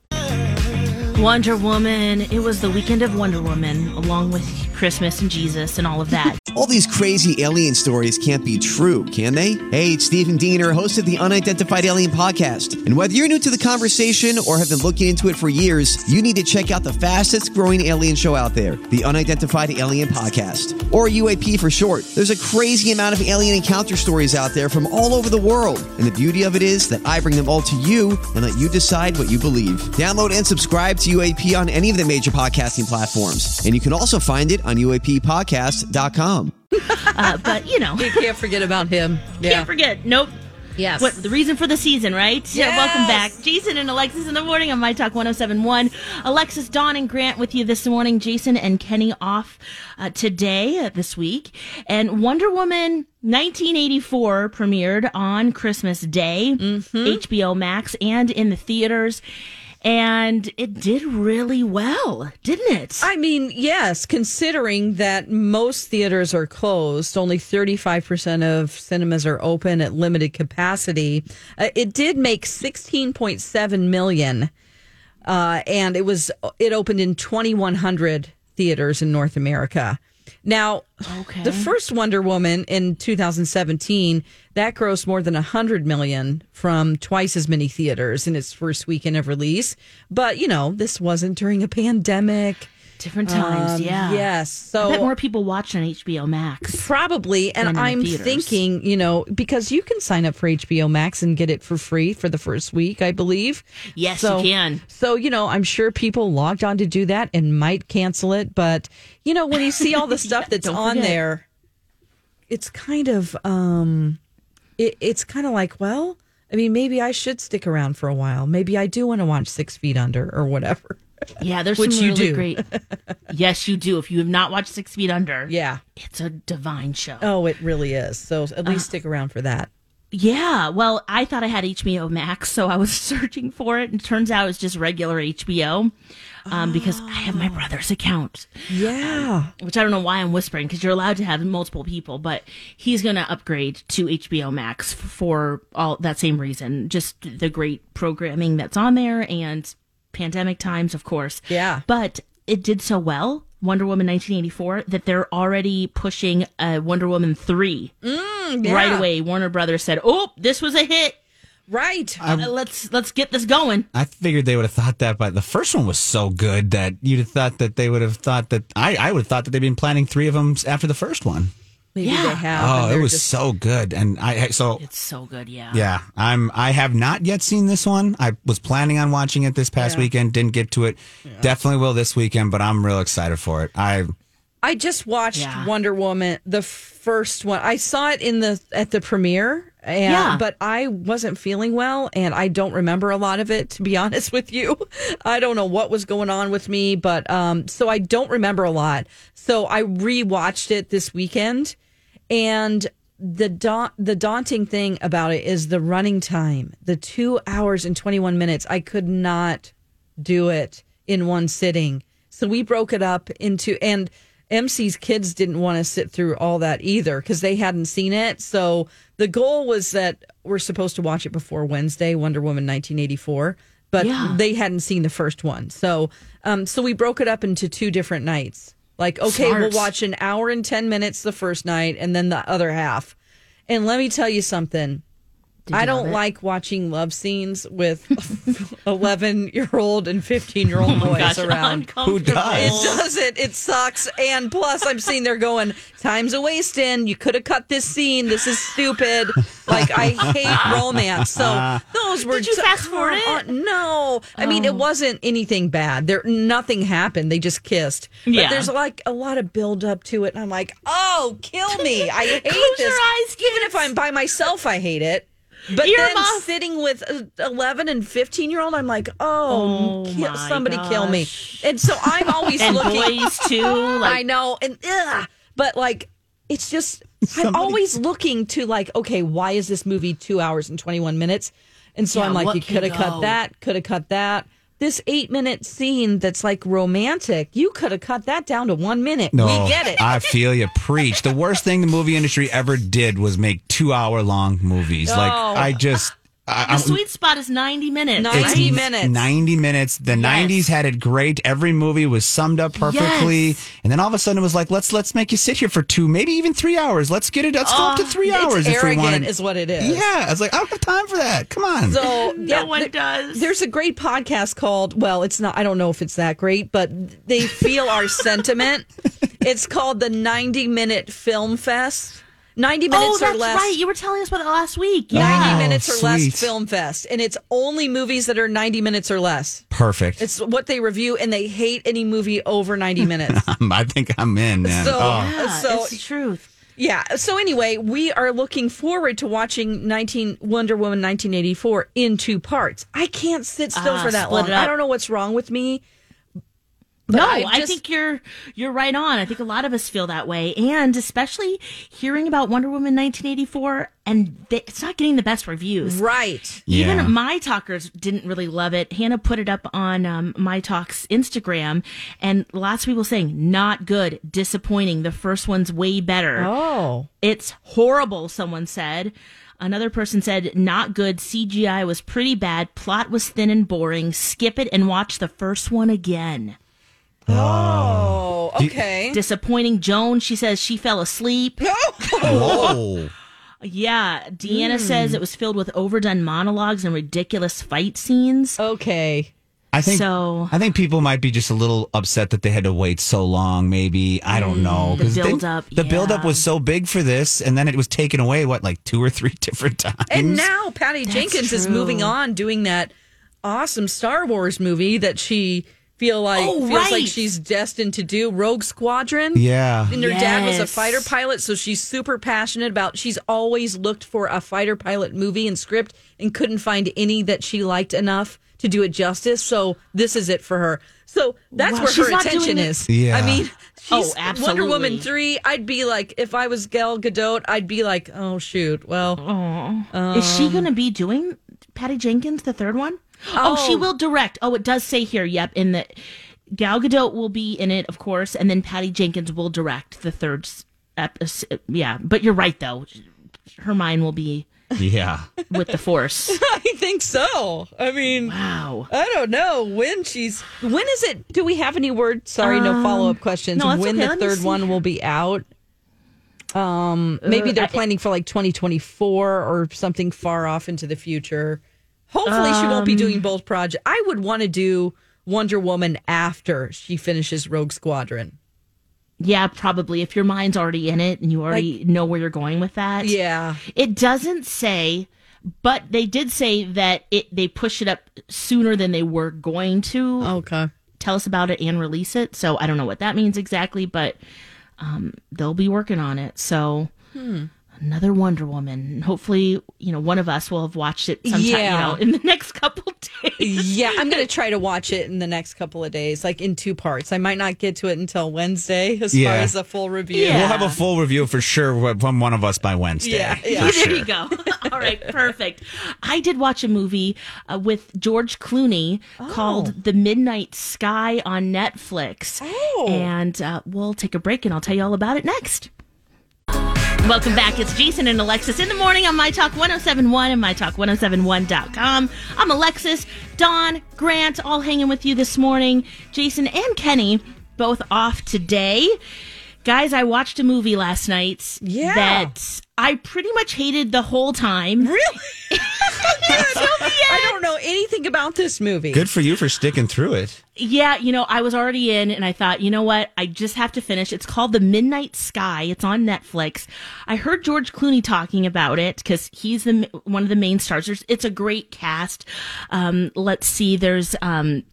[SPEAKER 2] Wonder Woman. It was the weekend of Wonder Woman, along with Christmas and Jesus and all of that.
[SPEAKER 6] All these crazy alien stories can't be true, can they? Hey, it's Stephen Diener, host of the Unidentified Alien Podcast. And whether you're new to the conversation or have been looking into it for years, you need to check out the fastest growing alien show out there, the Unidentified Alien Podcast, or UAP for short. There's a crazy amount of alien encounter stories out there from all over the world. And the beauty of it is that I bring them all to you and let you decide what you believe. Download and subscribe to UAP on any of the major podcasting platforms. And you can also find it on UAPpodcast.com.
[SPEAKER 2] Uh, but, you know,
[SPEAKER 5] You can't forget about him. Yeah.
[SPEAKER 2] can't forget. Nope.
[SPEAKER 5] Yes.
[SPEAKER 2] What the reason for the season, right? Yeah, welcome back. Jason and Alexis in the morning on My Talk 1071. Alexis, Dawn, and Grant with you this morning. Jason and Kenny off uh, today, uh, this week. And Wonder Woman 1984 premiered on Christmas Day,
[SPEAKER 5] Mm-hmm.
[SPEAKER 2] HBO Max, and in the theaters. And it did really well, didn't it?
[SPEAKER 5] I mean, yes, considering that most theaters are closed, only 35% of cinemas are open at limited capacity. Uh, it did make 16.7 million uh, and it was it opened in 2100 theaters in North America. Now, the first Wonder Woman in 2017 that grossed more than 100 million from twice as many theaters in its first weekend of release. But, you know, this wasn't during a pandemic.
[SPEAKER 2] Different times,
[SPEAKER 5] Um,
[SPEAKER 2] yeah.
[SPEAKER 5] Yes.
[SPEAKER 2] I
[SPEAKER 5] So
[SPEAKER 2] bet more people watched on HBO Max.
[SPEAKER 5] probably
[SPEAKER 2] Than in
[SPEAKER 5] and
[SPEAKER 2] the
[SPEAKER 5] I'm
[SPEAKER 2] theaters.
[SPEAKER 5] thinking, you know, because you can sign up for HBO Max and get it for free for the first week, I believe.
[SPEAKER 2] Yes,
[SPEAKER 5] So-
[SPEAKER 2] you can.
[SPEAKER 5] So, you know, I'm sure people logged on to do that and might cancel it, but you know, when you see all the stuff that's
[SPEAKER 2] don't
[SPEAKER 5] on
[SPEAKER 2] forget.
[SPEAKER 5] there, it's kind of um it, it's kind of like, well, I mean, maybe I should stick around for a while. Maybe I do want to watch 6 feet under or whatever.
[SPEAKER 2] Yeah, there's
[SPEAKER 5] Which
[SPEAKER 2] some
[SPEAKER 5] you
[SPEAKER 2] really
[SPEAKER 5] do.
[SPEAKER 2] great. yes, you do. If you have not watched Six Feet Under,
[SPEAKER 5] Yeah.
[SPEAKER 2] it's a divine show.
[SPEAKER 5] Oh, it really is. So, at
[SPEAKER 2] Uh-huh.
[SPEAKER 5] least stick around for that.
[SPEAKER 2] Yeah, well, I thought I had HBO Max, so I was searching for it, and turns out it's just regular HBO, um, because I have my brother's account,
[SPEAKER 5] Yeah.
[SPEAKER 2] which I don't know why I'm whispering because you're allowed to have multiple people, but he's gonna upgrade to HBO Max f- for all that same reason, just the great programming that's on there and pandemic times, of course.
[SPEAKER 5] Yeah.
[SPEAKER 2] but it did so well. Wonder Woman 1984 that they're already pushing uh, Wonder Woman 3
[SPEAKER 5] Mm,
[SPEAKER 2] right away. Warner Brothers said, "Oh, this was a hit.
[SPEAKER 5] Right.
[SPEAKER 2] Uh, let's let's get this going."
[SPEAKER 7] I figured they would have thought that, but the first one was so good that you'd have thought that they would have thought that I, I would have thought that they'd been planning three of them after the first one.
[SPEAKER 5] Maybe
[SPEAKER 2] Yeah.
[SPEAKER 5] they have. and
[SPEAKER 7] Oh, it
[SPEAKER 5] they're
[SPEAKER 7] was
[SPEAKER 5] just-
[SPEAKER 7] so good, and I I- so
[SPEAKER 2] It's so good, yeah.
[SPEAKER 7] yeah. I'm I have not yet seen this one. I was planning on watching it this past weekend, didn't get to it. Definitely will this weekend, but I'm real excited for it. I
[SPEAKER 5] I just watched
[SPEAKER 2] Yeah.
[SPEAKER 5] Wonder Woman, the first one. I saw it in the at the premiere, and,
[SPEAKER 2] Yeah.
[SPEAKER 5] but I wasn't feeling well, and I don't remember a lot of it. To be honest with you, I don't know what was going on with me, but um, so I don't remember a lot. So I rewatched it this weekend, and the da- the daunting thing about it is the running time, the two hours and twenty one minutes. I could not do it in one sitting. So we broke it up into and MC's kids didn't want to sit through all that either because they hadn't seen it. So the goal was that we're supposed to watch it before Wednesday, Wonder Woman 1984, but
[SPEAKER 2] Yeah.
[SPEAKER 5] they hadn't seen the first one. So um so we broke it up into two different nights. Like okay,
[SPEAKER 2] Smart.
[SPEAKER 5] we'll watch an hour and 10 minutes the first night and then the other half. And let me tell you something. I don't like watching love scenes with 11 year old and 15 year old boys
[SPEAKER 2] Gosh,
[SPEAKER 5] around.
[SPEAKER 2] uncomfortable.
[SPEAKER 5] It doesn't. It sucks. And plus, I'm sitting there going, "Time's a wasting. You could have cut this scene. This is stupid. Like I hate romance." So those were.
[SPEAKER 2] Did you
[SPEAKER 5] ju-
[SPEAKER 2] fast forward
[SPEAKER 5] come
[SPEAKER 2] it? Oh.
[SPEAKER 5] on. No, I mean it wasn't anything bad. There, nothing happened. They just kissed. But
[SPEAKER 2] Yeah.
[SPEAKER 5] there's like a lot of build up to it, and I'm like, "Oh, kill me! I hate
[SPEAKER 2] Close
[SPEAKER 5] this."
[SPEAKER 2] your eyes,
[SPEAKER 5] Even if I'm by myself, I hate it. But then
[SPEAKER 2] Earmuff.
[SPEAKER 5] sitting with a 11 and 15 year old, I'm like, oh,
[SPEAKER 2] Oh,
[SPEAKER 5] kill,
[SPEAKER 2] my
[SPEAKER 5] somebody kill me.
[SPEAKER 2] gosh.
[SPEAKER 5] And so I'm always
[SPEAKER 2] and
[SPEAKER 5] looking.
[SPEAKER 2] boys too. Like
[SPEAKER 5] I know, and ugh, but like, it's just I'm always looking to like, okay, why is this movie two hours and twenty one minutes? And so
[SPEAKER 2] Yeah,
[SPEAKER 5] I'm like,
[SPEAKER 2] what
[SPEAKER 5] you
[SPEAKER 2] can
[SPEAKER 5] could have
[SPEAKER 2] go?
[SPEAKER 5] cut that, could have cut that. This eight minute scene that's like romantic, you could have cut that down to one minute.
[SPEAKER 7] no,
[SPEAKER 5] we get it.
[SPEAKER 7] I feel you. Preach. The worst thing the movie industry ever did was make two hour long movies. Like
[SPEAKER 5] No.
[SPEAKER 7] I just
[SPEAKER 2] The sweet spot is 90 minutes.
[SPEAKER 3] It's-
[SPEAKER 2] right?
[SPEAKER 3] 90 minutes.
[SPEAKER 7] 90 minutes. The 90s had it great. Every movie was summed up perfectly.
[SPEAKER 2] Yes.
[SPEAKER 7] And then all of a sudden it was like, let's let's make you sit here for two, maybe even three hours. Let's get it. Let's go up to three
[SPEAKER 5] Oh, it's
[SPEAKER 7] hours if we
[SPEAKER 5] arrogant
[SPEAKER 7] want.
[SPEAKER 5] is what it is.
[SPEAKER 7] yeah. I was like, I don't have time for that. Come on.
[SPEAKER 5] So yeah,
[SPEAKER 2] No one
[SPEAKER 5] there-
[SPEAKER 2] does.
[SPEAKER 5] There's a great podcast called well, it's not I don't know if it's that great, but they feel our sentiment. It's called the 90 minute film fest. 90 minutes
[SPEAKER 2] oh, that's
[SPEAKER 5] or less.
[SPEAKER 2] right. You were telling us about that last week.
[SPEAKER 5] 90
[SPEAKER 7] Oh,
[SPEAKER 5] minutes or
[SPEAKER 7] sweet.
[SPEAKER 5] less film fest and it's only movies that are 90 minutes or less.
[SPEAKER 7] Perfect.
[SPEAKER 5] It's what they review and they hate any movie over 90 minutes.
[SPEAKER 7] I think I'm in, man.
[SPEAKER 5] So,
[SPEAKER 7] oh.
[SPEAKER 2] Yeah,
[SPEAKER 5] so
[SPEAKER 2] it's the truth.
[SPEAKER 5] yeah. So anyway, we are looking forward to watching 19 Wonder Woman 1984 in two parts. I can't sit still
[SPEAKER 2] Ah,
[SPEAKER 5] for that
[SPEAKER 2] split
[SPEAKER 5] long.
[SPEAKER 2] it up.
[SPEAKER 5] I don't know what's wrong with me.
[SPEAKER 2] No,
[SPEAKER 5] I
[SPEAKER 2] I,
[SPEAKER 5] just-
[SPEAKER 2] think you're you're right on. I think a lot of us feel that way, and especially hearing about Wonder Woman 1984, and they, it's not getting the best reviews.
[SPEAKER 5] Right.
[SPEAKER 7] Yeah.
[SPEAKER 2] Even my talkers didn't really love it. Hannah put it up on um, my talks Instagram, and lots of people saying not good, disappointing. The first one's way better.
[SPEAKER 5] Oh.
[SPEAKER 2] It's horrible, someone said. Another person said, not good. CGI was pretty bad. Plot was thin and boring. Skip it and watch the first one again.
[SPEAKER 5] Oh, okay.
[SPEAKER 2] Disappointing Joan, she says she fell asleep.
[SPEAKER 7] Whoa.
[SPEAKER 2] Yeah. Deanna says it was filled with overdone monologues and ridiculous fight scenes.
[SPEAKER 5] okay.
[SPEAKER 7] I think
[SPEAKER 2] So-
[SPEAKER 7] I think people might be just a little upset that they had to wait so long. Maybe I don't know
[SPEAKER 5] Mm,
[SPEAKER 7] because
[SPEAKER 2] the buildup, yeah.
[SPEAKER 7] The buildup was so big for this, and then it was taken away. What like two or three different times?
[SPEAKER 5] And now Patty Jenkins is
[SPEAKER 2] true.
[SPEAKER 5] moving on doing that awesome Star Wars movie that she feel like
[SPEAKER 2] Oh,
[SPEAKER 5] feels like
[SPEAKER 2] right.
[SPEAKER 5] she's destined to do Rogue Squadron.
[SPEAKER 7] yeah,
[SPEAKER 5] And her dad was a
[SPEAKER 2] Yes.
[SPEAKER 5] fighter pilot, so she's super passionate about. She's always looked for a fighter pilot movie and script, and couldn't find any that she liked enough to do it justice. So this is it for her. So that's
[SPEAKER 2] Wow,
[SPEAKER 5] where
[SPEAKER 2] she's
[SPEAKER 5] her
[SPEAKER 2] not
[SPEAKER 5] attention
[SPEAKER 2] doing it-
[SPEAKER 5] is.
[SPEAKER 7] Yeah.
[SPEAKER 5] I mean,
[SPEAKER 2] Oh,
[SPEAKER 5] she's Wonder Woman
[SPEAKER 2] absolutely.
[SPEAKER 5] three. I'd be like, if I was Gal Gadot, I'd be like, oh shoot, well,
[SPEAKER 2] Is she going to be doing Patty Jenkins, the third one? Oh. she will direct. Oh, it does say here, yep, in the Gal Gadot will be in it, of course, and then Patty Jenkins will direct the third. s- ep- s- Yeah, but you're right, though. Her mind will be
[SPEAKER 7] yeah.
[SPEAKER 2] with the Force.
[SPEAKER 5] I think so. I mean,
[SPEAKER 2] wow.
[SPEAKER 5] I don't know when she's when is it? Do we have any word? Sorry, no follow up questions.
[SPEAKER 2] Um, no, that's
[SPEAKER 5] when
[SPEAKER 2] okay.
[SPEAKER 5] the
[SPEAKER 2] Let me
[SPEAKER 5] third
[SPEAKER 2] see
[SPEAKER 5] one
[SPEAKER 2] here. Uh,
[SPEAKER 5] will be out? Um, maybe they're planning for like 2024 or something far off into the future. Hopefully, she won't be
[SPEAKER 2] Um,
[SPEAKER 5] doing both projects. I would want to do Wonder Woman after she finishes Rogue Squadron.
[SPEAKER 2] Yeah, probably. If your mind's already in it and you already know where you're going with that.
[SPEAKER 5] Yeah.
[SPEAKER 2] It doesn't say, but they did say that it they pushed it up sooner than they were going to.
[SPEAKER 5] Okay.
[SPEAKER 2] Tell us about it and release it. So I don't know what that means exactly, but um, they'll be working on it. So another Wonder Woman. Hopefully, you know, one of us will have watched it sometime,
[SPEAKER 5] Yeah.
[SPEAKER 2] you know, in the next couple days.
[SPEAKER 5] Yeah, I'm going to try to watch it in the next couple of days, like in two parts. I might not get to it until Wednesday as
[SPEAKER 7] Yeah.
[SPEAKER 5] far as a full review.
[SPEAKER 2] Yeah.
[SPEAKER 7] We'll have a full review for sure from one of us by Wednesday.
[SPEAKER 5] Yeah,
[SPEAKER 7] for
[SPEAKER 5] yeah.
[SPEAKER 7] sure.
[SPEAKER 2] there you go. All right, perfect. I did watch a movie uh, with George Clooney called The Midnight Sky on Netflix. Oh. And uh, we'll take a break and I'll tell you all about it next. Welcome back. It's Jason and Alexis in the morning on My Talk 1071 and MyTalk1071.com. I'm Alexis, Don, Grant, all hanging with you this morning. Jason and Kenny both off today. Guys, I watched a movie last night
[SPEAKER 5] Yeah.
[SPEAKER 2] that I pretty much hated the whole time.
[SPEAKER 5] Really? I don't know anything about this movie.
[SPEAKER 7] Good for you for sticking through it.
[SPEAKER 2] Yeah, you know, I was already in and I thought, you know what? I just have to finish. It's called The Midnight Sky. It's on Netflix. I heard George Clooney talking about it because he's the one of the main stars. There's, it's a great cast. Um, let's see. There's, um,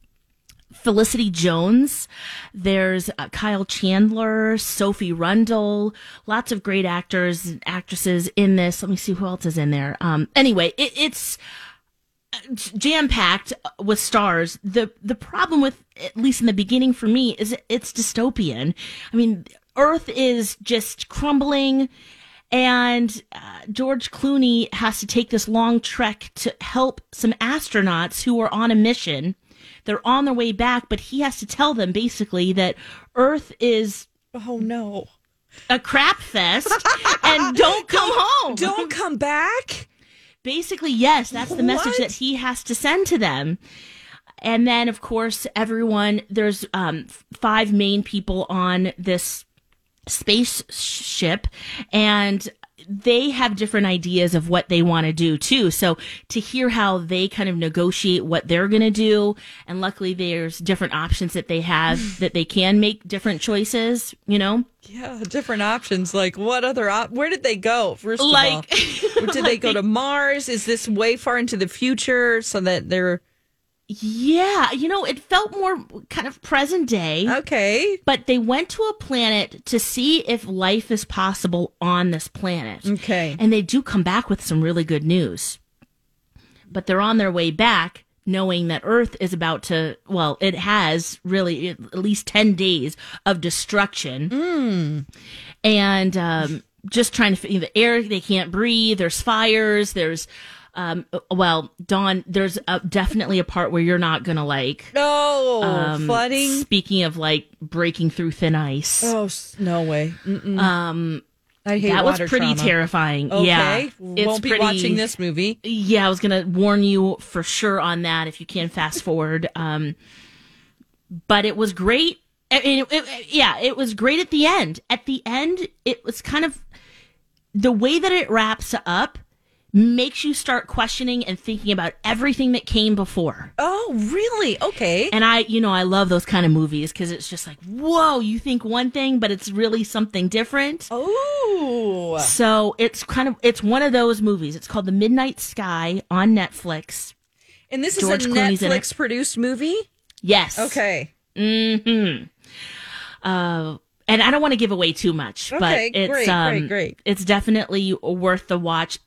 [SPEAKER 2] Felicity Jones. There's uh, Kyle Chandler, Sophie Rundle, lots of great actors and actresses in this. Let me see who else is in there. Um, anyway, it, it's jam packed with stars. The the problem with at least in the beginning for me is it's dystopian. I mean, Earth is just crumbling. And uh, George Clooney has to take this long trek to help some astronauts who are on a mission. They're on their way back, but he has to tell them basically that Earth is
[SPEAKER 5] Oh no!
[SPEAKER 2] a crap fest and don't come home.
[SPEAKER 5] Don't come back.
[SPEAKER 2] Basically, yes, that's the message that he has to send to them. And then, of course, everyone, there's um, f- five main people on this spaceship, and they have different ideas of what they want to do, too. So, to hear how they kind of negotiate what they're going to do, and luckily, there's different options that they have that they can make different choices, you know?
[SPEAKER 5] Yeah, different options. Like, what other op? Where did they go? First of
[SPEAKER 2] Like-
[SPEAKER 5] all, Or did they go to Mars? Is this way far into the future so that they're
[SPEAKER 2] Yeah, you know, it felt more kind of present day.
[SPEAKER 5] okay?
[SPEAKER 2] but they went to a planet to see if life is possible on this planet.
[SPEAKER 5] Okay.
[SPEAKER 2] And they do come back with some really good news. But they're on their way back knowing that Earth is about to, well, it has really at least 10 days of destruction. And um, just trying to, fi- the air, they can't breathe, there's fires, there's. Um, well, Dawn, there's a, definitely a part where you're not gonna like
[SPEAKER 5] No
[SPEAKER 2] um,
[SPEAKER 5] flooding.
[SPEAKER 2] Speaking of like breaking through thin ice,
[SPEAKER 5] Oh s- no way. Mm-mm.
[SPEAKER 2] um,
[SPEAKER 5] I hate
[SPEAKER 2] that was
[SPEAKER 5] water
[SPEAKER 2] pretty
[SPEAKER 5] trauma.
[SPEAKER 2] terrifying.
[SPEAKER 5] Okay,
[SPEAKER 2] Yeah,
[SPEAKER 5] won't be watching this movie.
[SPEAKER 2] Yeah, I was gonna warn you for sure on that if you can fast forward. Um, but it was great. I mean, it- it- yeah, it was great at the end. At the end, it was kind of the way that it wraps up makes you start questioning and thinking about everything that came before.
[SPEAKER 5] Oh really? Okay.
[SPEAKER 2] And I, you know, I love those kind of movies because it's just like, whoa, you think one thing, but it's really something different.
[SPEAKER 5] Oh.
[SPEAKER 2] So it's kind of, it's one of those movies. It's called The Midnight Sky on Netflix.
[SPEAKER 5] And this
[SPEAKER 2] George
[SPEAKER 5] is a
[SPEAKER 2] Clooney's in it.
[SPEAKER 5] Netflix produced movie.
[SPEAKER 2] Yes.
[SPEAKER 5] Okay.
[SPEAKER 2] Uh, and I don't want to give away too much,
[SPEAKER 5] Okay,
[SPEAKER 2] but it's
[SPEAKER 5] great,
[SPEAKER 2] um,
[SPEAKER 5] great, great.
[SPEAKER 2] it's definitely worth the watch.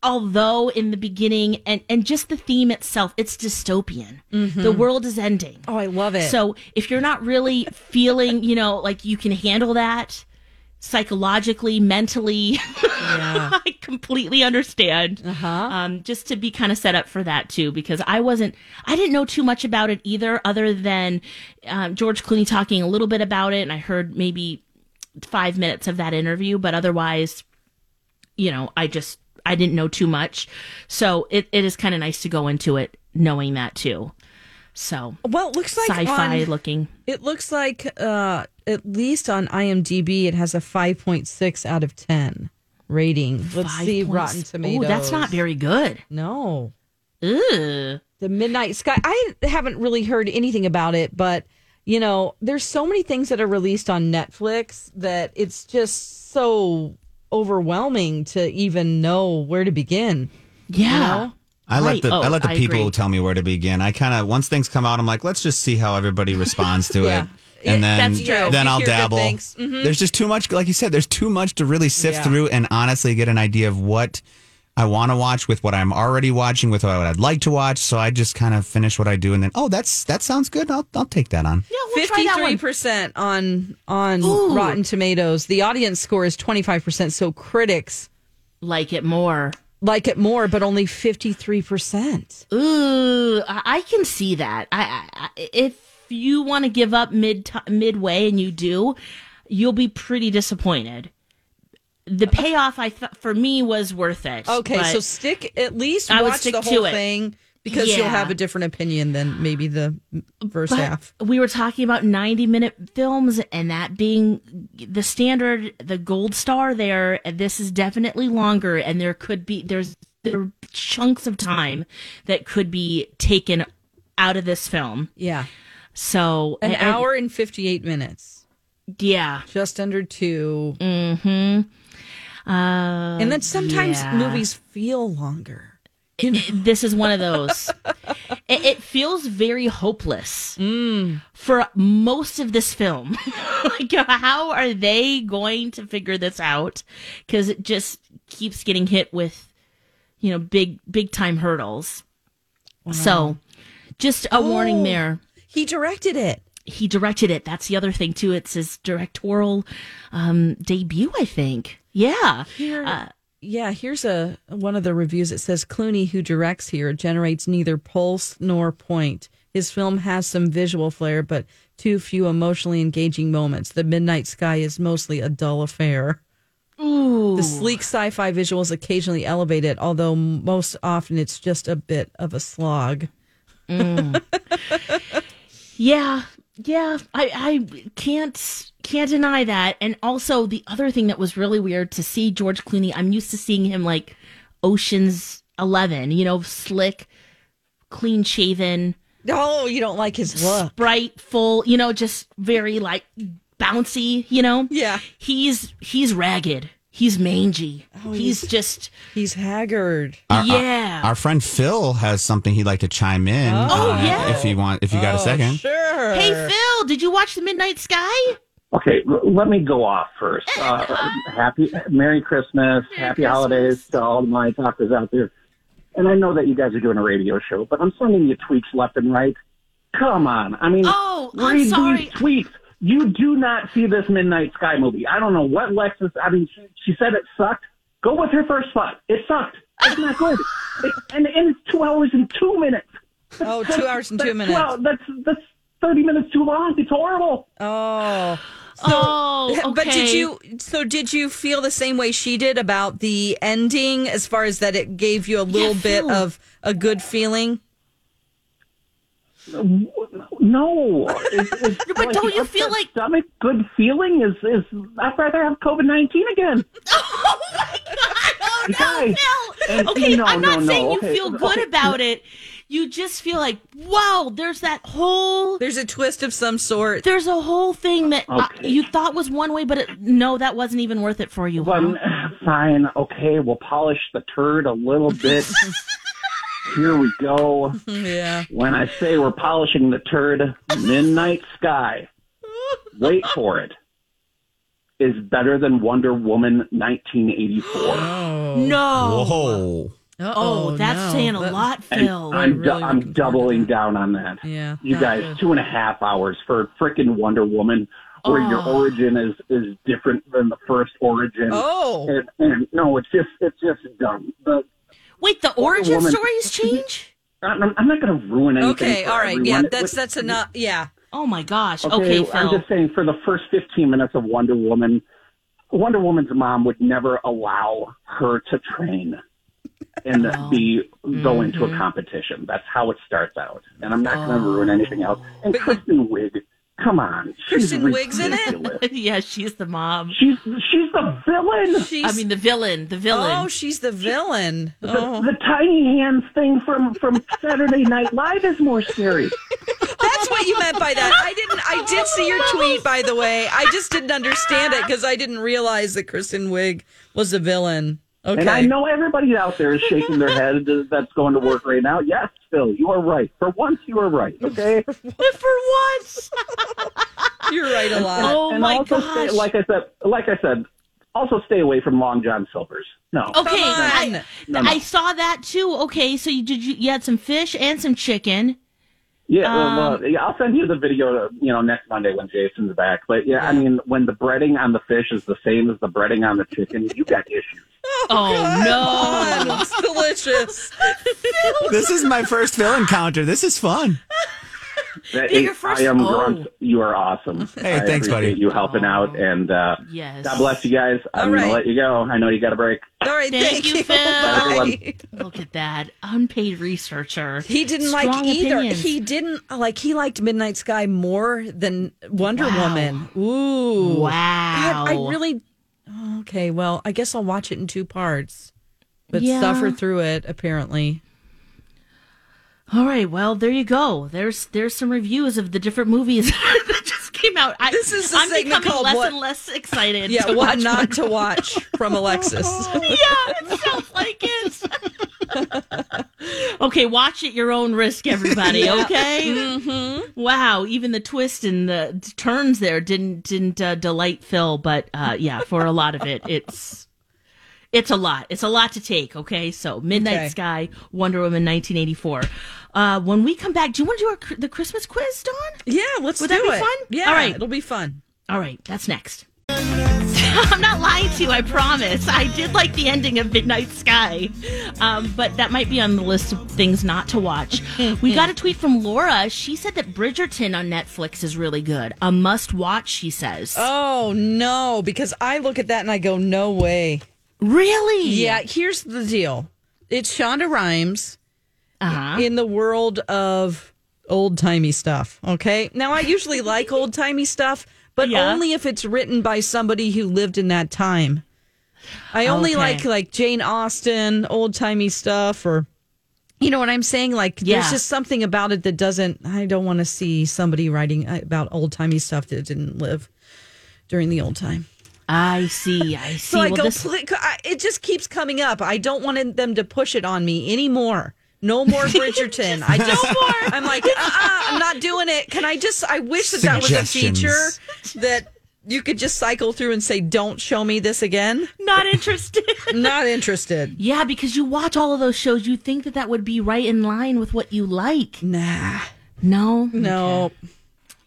[SPEAKER 2] Although in the beginning and and just the theme itself, it's dystopian. The world is ending.
[SPEAKER 5] Mm-hmm. Oh, I love it.
[SPEAKER 2] So if you're not really feeling, you know, like you can handle that psychologically, mentally, I completely understand. Uh-huh. Um, just to be kind of set up for that too, because I wasn't, I didn't know too much about it either, other than um, George Clooney talking a little bit about it, and I heard maybe five minutes of that interview, but otherwise, you know, I just I didn't know too much. So it, it is kind of nice to go into it knowing that too. So
[SPEAKER 5] well, it looks like
[SPEAKER 2] sci-fi
[SPEAKER 5] on-
[SPEAKER 2] looking.
[SPEAKER 5] It looks like uh, at least on IMDb, it has a 5.6 out of 10 rating. Let's
[SPEAKER 2] Five
[SPEAKER 5] see
[SPEAKER 2] points.
[SPEAKER 5] Rotten Tomatoes.
[SPEAKER 2] Ooh, that's not very good.
[SPEAKER 5] No.
[SPEAKER 2] Ugh.
[SPEAKER 5] The Midnight Sky. I haven't really heard anything about it, but you know, there's so many things that are released on Netflix that it's just so overwhelming to even know where to begin.
[SPEAKER 2] Yeah.
[SPEAKER 7] I
[SPEAKER 2] Right.
[SPEAKER 7] let the
[SPEAKER 2] Oh,
[SPEAKER 7] I let the
[SPEAKER 2] I
[SPEAKER 7] people
[SPEAKER 2] agree.
[SPEAKER 7] tell me where to begin. I kind of once things come out, I'm like, let's just see how everybody responds to
[SPEAKER 5] Yeah.
[SPEAKER 7] it, and then
[SPEAKER 5] that's true.
[SPEAKER 7] then
[SPEAKER 5] You
[SPEAKER 7] I'll
[SPEAKER 5] hear good
[SPEAKER 7] dabble.
[SPEAKER 5] things. Mm-hmm.
[SPEAKER 7] There's just too much, like you said. There's too much to really sift
[SPEAKER 5] Yeah.
[SPEAKER 7] through and honestly get an idea of what I want to watch with what I'm already watching with what I'd like to watch. So I just kind of finish what I do, and then oh, that's that sounds good. I'll I'll take that on.
[SPEAKER 2] Yeah, we'll try that
[SPEAKER 5] Fifty-three
[SPEAKER 2] one.
[SPEAKER 5] percent on on
[SPEAKER 2] Ooh.
[SPEAKER 5] Rotten Tomatoes. The audience score is twenty-five percent, so critics
[SPEAKER 2] Like it more.
[SPEAKER 5] like it more, but only fifty-three percent.
[SPEAKER 2] Ooh, I, I can see that. I, I I- if you want to give up mid midway and you do, you'll be pretty disappointed. The payoff, I th- for me, was worth it.
[SPEAKER 5] Okay,
[SPEAKER 2] but-
[SPEAKER 5] so stick at least
[SPEAKER 2] I would
[SPEAKER 5] watch
[SPEAKER 2] stick
[SPEAKER 5] the whole
[SPEAKER 2] to it.
[SPEAKER 5] thing because you'll
[SPEAKER 2] Yeah.
[SPEAKER 5] have a different opinion than maybe the first
[SPEAKER 2] but
[SPEAKER 5] half.
[SPEAKER 2] we were talking about 90 minute films and that being the standard, the gold star there. and This is definitely longer, and there could be there's there are chunks of time that could be taken out of this film.
[SPEAKER 5] Yeah,
[SPEAKER 2] So
[SPEAKER 5] an
[SPEAKER 2] and-
[SPEAKER 5] hour and fifty-eight minutes,
[SPEAKER 2] yeah.
[SPEAKER 5] just under two.
[SPEAKER 2] Mm-hmm. Uh,
[SPEAKER 5] and then sometimes
[SPEAKER 2] yeah.
[SPEAKER 5] movies feel longer.
[SPEAKER 2] it- it- this is one of those. it, it feels very hopeless for most of this film. like, how are they going to figure this out? Because it just keeps getting hit with, you know, big big time hurdles. So, just a warning there.
[SPEAKER 5] He directed it.
[SPEAKER 2] He directed it. That's the other thing too. It's his directorial um, debut, I think. Yeah. Uh,
[SPEAKER 5] Yeah, here's a one of the reviews. It says Clooney, who directs here, generates neither pulse nor point. His film has some visual flair, but too few emotionally engaging moments. The Midnight Sky is mostly a dull affair.
[SPEAKER 2] Ooh.
[SPEAKER 5] The sleek sci fi visuals occasionally elevate it, although most often it's just a bit of a slog.
[SPEAKER 2] Yeah, yeah. I, I can't can't deny that. And also the other thing that was really weird to see George Clooney. I'm used to seeing him like Ocean's Eleven, you know, slick, clean shaven,
[SPEAKER 5] Oh, you don't like his look.
[SPEAKER 2] brightful, you know, just very like bouncy, you know.
[SPEAKER 5] Yeah.
[SPEAKER 2] He's he's ragged. He's mangy. he's, just
[SPEAKER 5] Oh, He's haggard.
[SPEAKER 2] yeah.
[SPEAKER 7] Our friend Phil has something he'd like to chime in.
[SPEAKER 2] Oh,
[SPEAKER 7] on
[SPEAKER 2] yeah.
[SPEAKER 7] If you want, if you
[SPEAKER 2] Oh,
[SPEAKER 7] got a second.
[SPEAKER 5] Oh, Sure.
[SPEAKER 2] hey Phil, did you watch The Midnight Sky?
[SPEAKER 8] Okay, l- let me go off first. Uh, happy, Merry Christmas, Happy Holidays to all my talkers out there. And I know that you guys are doing a radio show, but I'm sending you tweets left and right. Come on, I mean,
[SPEAKER 2] Oh, I'm
[SPEAKER 8] read
[SPEAKER 2] sorry.
[SPEAKER 8] these tweets. You do not see this Midnight Sky movie. I don't know what Lexus. I mean, she, she said it sucked. Go with her first thought. It sucked. It's not good. It, and, and it's two hours and two minutes.
[SPEAKER 5] Oh, two hours and two
[SPEAKER 8] That's
[SPEAKER 5] minutes.
[SPEAKER 8] twelve- that's that's thirty minutes too long. It's horrible.
[SPEAKER 5] Oh.
[SPEAKER 2] oh, okay.
[SPEAKER 5] But did you so did you feel the same way she did about the ending as far as that it gave you a little bit
[SPEAKER 2] Phil.
[SPEAKER 5] of a good feeling?
[SPEAKER 8] No, It's- it's
[SPEAKER 2] But
[SPEAKER 8] like
[SPEAKER 2] don't you
[SPEAKER 8] upset
[SPEAKER 2] feel like-
[SPEAKER 8] stomach good feeling is is I'd rather have COVID nineteen again.
[SPEAKER 2] Oh my god! Oh
[SPEAKER 8] Guys,
[SPEAKER 2] no, Phil.
[SPEAKER 8] and-
[SPEAKER 2] Okay,
[SPEAKER 8] no,
[SPEAKER 2] I'm not
[SPEAKER 8] no, no,
[SPEAKER 2] saying you
[SPEAKER 8] okay,
[SPEAKER 2] feel good
[SPEAKER 8] okay.
[SPEAKER 2] about it. You just feel like, wow, there's that whole,
[SPEAKER 5] There's a twist of some sort.
[SPEAKER 2] there's a whole thing that uh,
[SPEAKER 8] Okay.
[SPEAKER 2] you thought was one way, but it, no, that wasn't even worth it for you.
[SPEAKER 8] Well,
[SPEAKER 2] huh?
[SPEAKER 8] uh, fine, okay, we'll polish the turd a little bit. Here we go.
[SPEAKER 5] Yeah.
[SPEAKER 8] When I say we're polishing the turd, Midnight Sky. Wait for it. Is better than Wonder Woman 1984.
[SPEAKER 2] No.
[SPEAKER 7] Whoa.
[SPEAKER 2] Oh, that's saying a lot, Phil.
[SPEAKER 8] I'm du-
[SPEAKER 5] really
[SPEAKER 8] I'm
[SPEAKER 5] looking forward to
[SPEAKER 8] doubling
[SPEAKER 5] that.
[SPEAKER 8] down on that.
[SPEAKER 5] Yeah.
[SPEAKER 8] You
[SPEAKER 5] not
[SPEAKER 8] guys,
[SPEAKER 5] good.
[SPEAKER 8] two and a half hours for frickin' Wonder Woman, where your origin is is different than the first origin.
[SPEAKER 5] Oh.
[SPEAKER 8] And, and no, it's just it's just dumb. But
[SPEAKER 2] Wait, the origin
[SPEAKER 8] woman-
[SPEAKER 2] stories change?
[SPEAKER 8] I'm, I'm not going to ruin anything.
[SPEAKER 5] Okay,
[SPEAKER 8] for
[SPEAKER 5] all right.
[SPEAKER 8] everyone.
[SPEAKER 5] Yeah,
[SPEAKER 8] It
[SPEAKER 5] that's
[SPEAKER 8] was-
[SPEAKER 5] that's enough. Yeah.
[SPEAKER 2] Oh my gosh.
[SPEAKER 8] Okay,
[SPEAKER 2] Okay,
[SPEAKER 8] I'm
[SPEAKER 2] Phil.
[SPEAKER 8] just saying for the first 15 minutes of Wonder Woman, Wonder Woman's mom would never allow her to train and
[SPEAKER 5] Oh.
[SPEAKER 8] be go into
[SPEAKER 5] Mm-hmm.
[SPEAKER 8] a competition. That's how it starts out. And I'm not going
[SPEAKER 5] Oh.
[SPEAKER 8] to ruin anything else. And Kristen Wiig, come on, she's
[SPEAKER 5] Kristen Wiig's in it?
[SPEAKER 8] ridiculous.
[SPEAKER 2] yeah, she's the mom.
[SPEAKER 8] She's she's the villain.
[SPEAKER 5] She's
[SPEAKER 2] I mean, the villain. The villain.
[SPEAKER 5] Oh, she's the villain.
[SPEAKER 8] The,
[SPEAKER 5] Oh.
[SPEAKER 8] the tiny hands thing from from Saturday Night Live is more scary.
[SPEAKER 5] That's what you meant by that. I didn't. I did see your tweet, by the way. I just didn't understand it because I didn't realize that Kristen Wiig was a villain. Okay.
[SPEAKER 8] And I know everybody out there is shaking their head that's going to work right now. Yes, Phil, you are right. For once, you are right. Okay.
[SPEAKER 2] For once.
[SPEAKER 5] you're right a lot.
[SPEAKER 2] Oh
[SPEAKER 8] and
[SPEAKER 2] my
[SPEAKER 8] also
[SPEAKER 2] gosh.
[SPEAKER 8] Stay, like I said, like I said, also stay away from Long John Silver's. No.
[SPEAKER 2] Okay,
[SPEAKER 5] Come on.
[SPEAKER 2] I, I saw that too. Okay, so you did you, you had some fish and some chicken.
[SPEAKER 8] Yeah,
[SPEAKER 2] um,
[SPEAKER 8] well, well, yeah, I'll send you the video, you know, next Monday when Jason's back. But yeah, I mean, when the breading on the fish is the same as the breading on the chicken, you got issues.
[SPEAKER 2] Oh, no!
[SPEAKER 5] Come on, It's delicious.
[SPEAKER 7] This is my first Phil encounter. This is fun.
[SPEAKER 8] That
[SPEAKER 2] You're
[SPEAKER 8] is-
[SPEAKER 2] first-
[SPEAKER 8] I am
[SPEAKER 2] oh.
[SPEAKER 8] grunt. You are awesome.
[SPEAKER 7] Hey,
[SPEAKER 8] I
[SPEAKER 7] thanks, buddy.
[SPEAKER 8] appreciate You helping out and uh,
[SPEAKER 2] Yes.
[SPEAKER 8] God bless you guys. I'm
[SPEAKER 5] All
[SPEAKER 8] gonna
[SPEAKER 5] right.
[SPEAKER 8] let you go. I know you got a break.
[SPEAKER 5] All right.
[SPEAKER 2] Thank
[SPEAKER 5] Thank,
[SPEAKER 2] you, Phil.
[SPEAKER 5] Bye.
[SPEAKER 8] Everyone.
[SPEAKER 2] Look at that unpaid researcher.
[SPEAKER 5] He didn't like
[SPEAKER 2] Strong
[SPEAKER 5] either.
[SPEAKER 2] opinions.
[SPEAKER 5] He didn't like. He liked Midnight Sky more than Wonder Woman. Ooh.
[SPEAKER 2] Wow.
[SPEAKER 5] God, I really. Okay. Well, I guess I'll watch it in two parts, but
[SPEAKER 2] Yeah.
[SPEAKER 5] suffer through it apparently.
[SPEAKER 2] All right. Well, there you go. There's there's some reviews of the different movies that just came out. I,
[SPEAKER 5] This is the
[SPEAKER 2] I'm
[SPEAKER 5] segment
[SPEAKER 2] becoming
[SPEAKER 5] called
[SPEAKER 2] less
[SPEAKER 5] What-
[SPEAKER 2] and less excited.
[SPEAKER 5] Yeah,
[SPEAKER 2] to
[SPEAKER 5] what
[SPEAKER 2] watch
[SPEAKER 5] not to watch from Alexis.
[SPEAKER 2] yeah, it sounds like it. okay, watch at your own risk, everybody. Okay. Wow, even the twist and the t- turns there didn't didn't uh, delight Phil, but uh, yeah, for a lot of it, it's it's a lot. It's a lot to take. Okay, so Midnight
[SPEAKER 5] Okay.
[SPEAKER 2] Sky, Wonder Woman, nineteen eighty four. Uh, when we come back, do you want to do our, cr- the Christmas quiz, Dawn?
[SPEAKER 5] yeah, let's
[SPEAKER 2] Would
[SPEAKER 5] do
[SPEAKER 2] that be
[SPEAKER 5] it.
[SPEAKER 2] fun?
[SPEAKER 5] Yeah,
[SPEAKER 2] All right.
[SPEAKER 5] it'll be fun.
[SPEAKER 2] All right, that's next. I'm not lying to you, I promise. I did like the ending of Midnight Sky, um, but that might be on the list of things not to watch. we got a tweet from Laura. She said that Bridgerton on Netflix is really good. A must watch, she says.
[SPEAKER 5] Oh no, because I look at that and I go, no way.
[SPEAKER 2] Really?
[SPEAKER 5] Yeah, here's the deal. It's Shonda Rhimes
[SPEAKER 2] Uh-huh.
[SPEAKER 5] in the world of old timey stuff. Okay. Now I usually like old timey stuff, but
[SPEAKER 2] Yeah.
[SPEAKER 5] only if it's written by somebody who lived in that time. I only
[SPEAKER 2] Okay.
[SPEAKER 5] like like Jane Austen, old timey stuff, or you know what I'm saying? Like
[SPEAKER 2] Yeah.
[SPEAKER 5] there's just something about it that doesn't. I don't want to see somebody writing about old timey stuff that didn't live during the old time.
[SPEAKER 2] I see. I see.
[SPEAKER 5] So I
[SPEAKER 2] Well,
[SPEAKER 5] go,
[SPEAKER 2] this-
[SPEAKER 5] "Pl- I- it just keeps coming up. I don't want them to push it on me anymore. No more Bridgerton. I just, no more. I'm like, uh-uh, I'm not doing it. Can I just, I wish that that was a feature
[SPEAKER 7] Suggestions.
[SPEAKER 5] that you could just cycle through and say, don't show me this again.
[SPEAKER 2] not interested.
[SPEAKER 5] Not interested.
[SPEAKER 2] yeah, because you watch all of those shows, you think that that would be right in line with what you like.
[SPEAKER 5] Nah, Mm.
[SPEAKER 2] No.
[SPEAKER 5] no.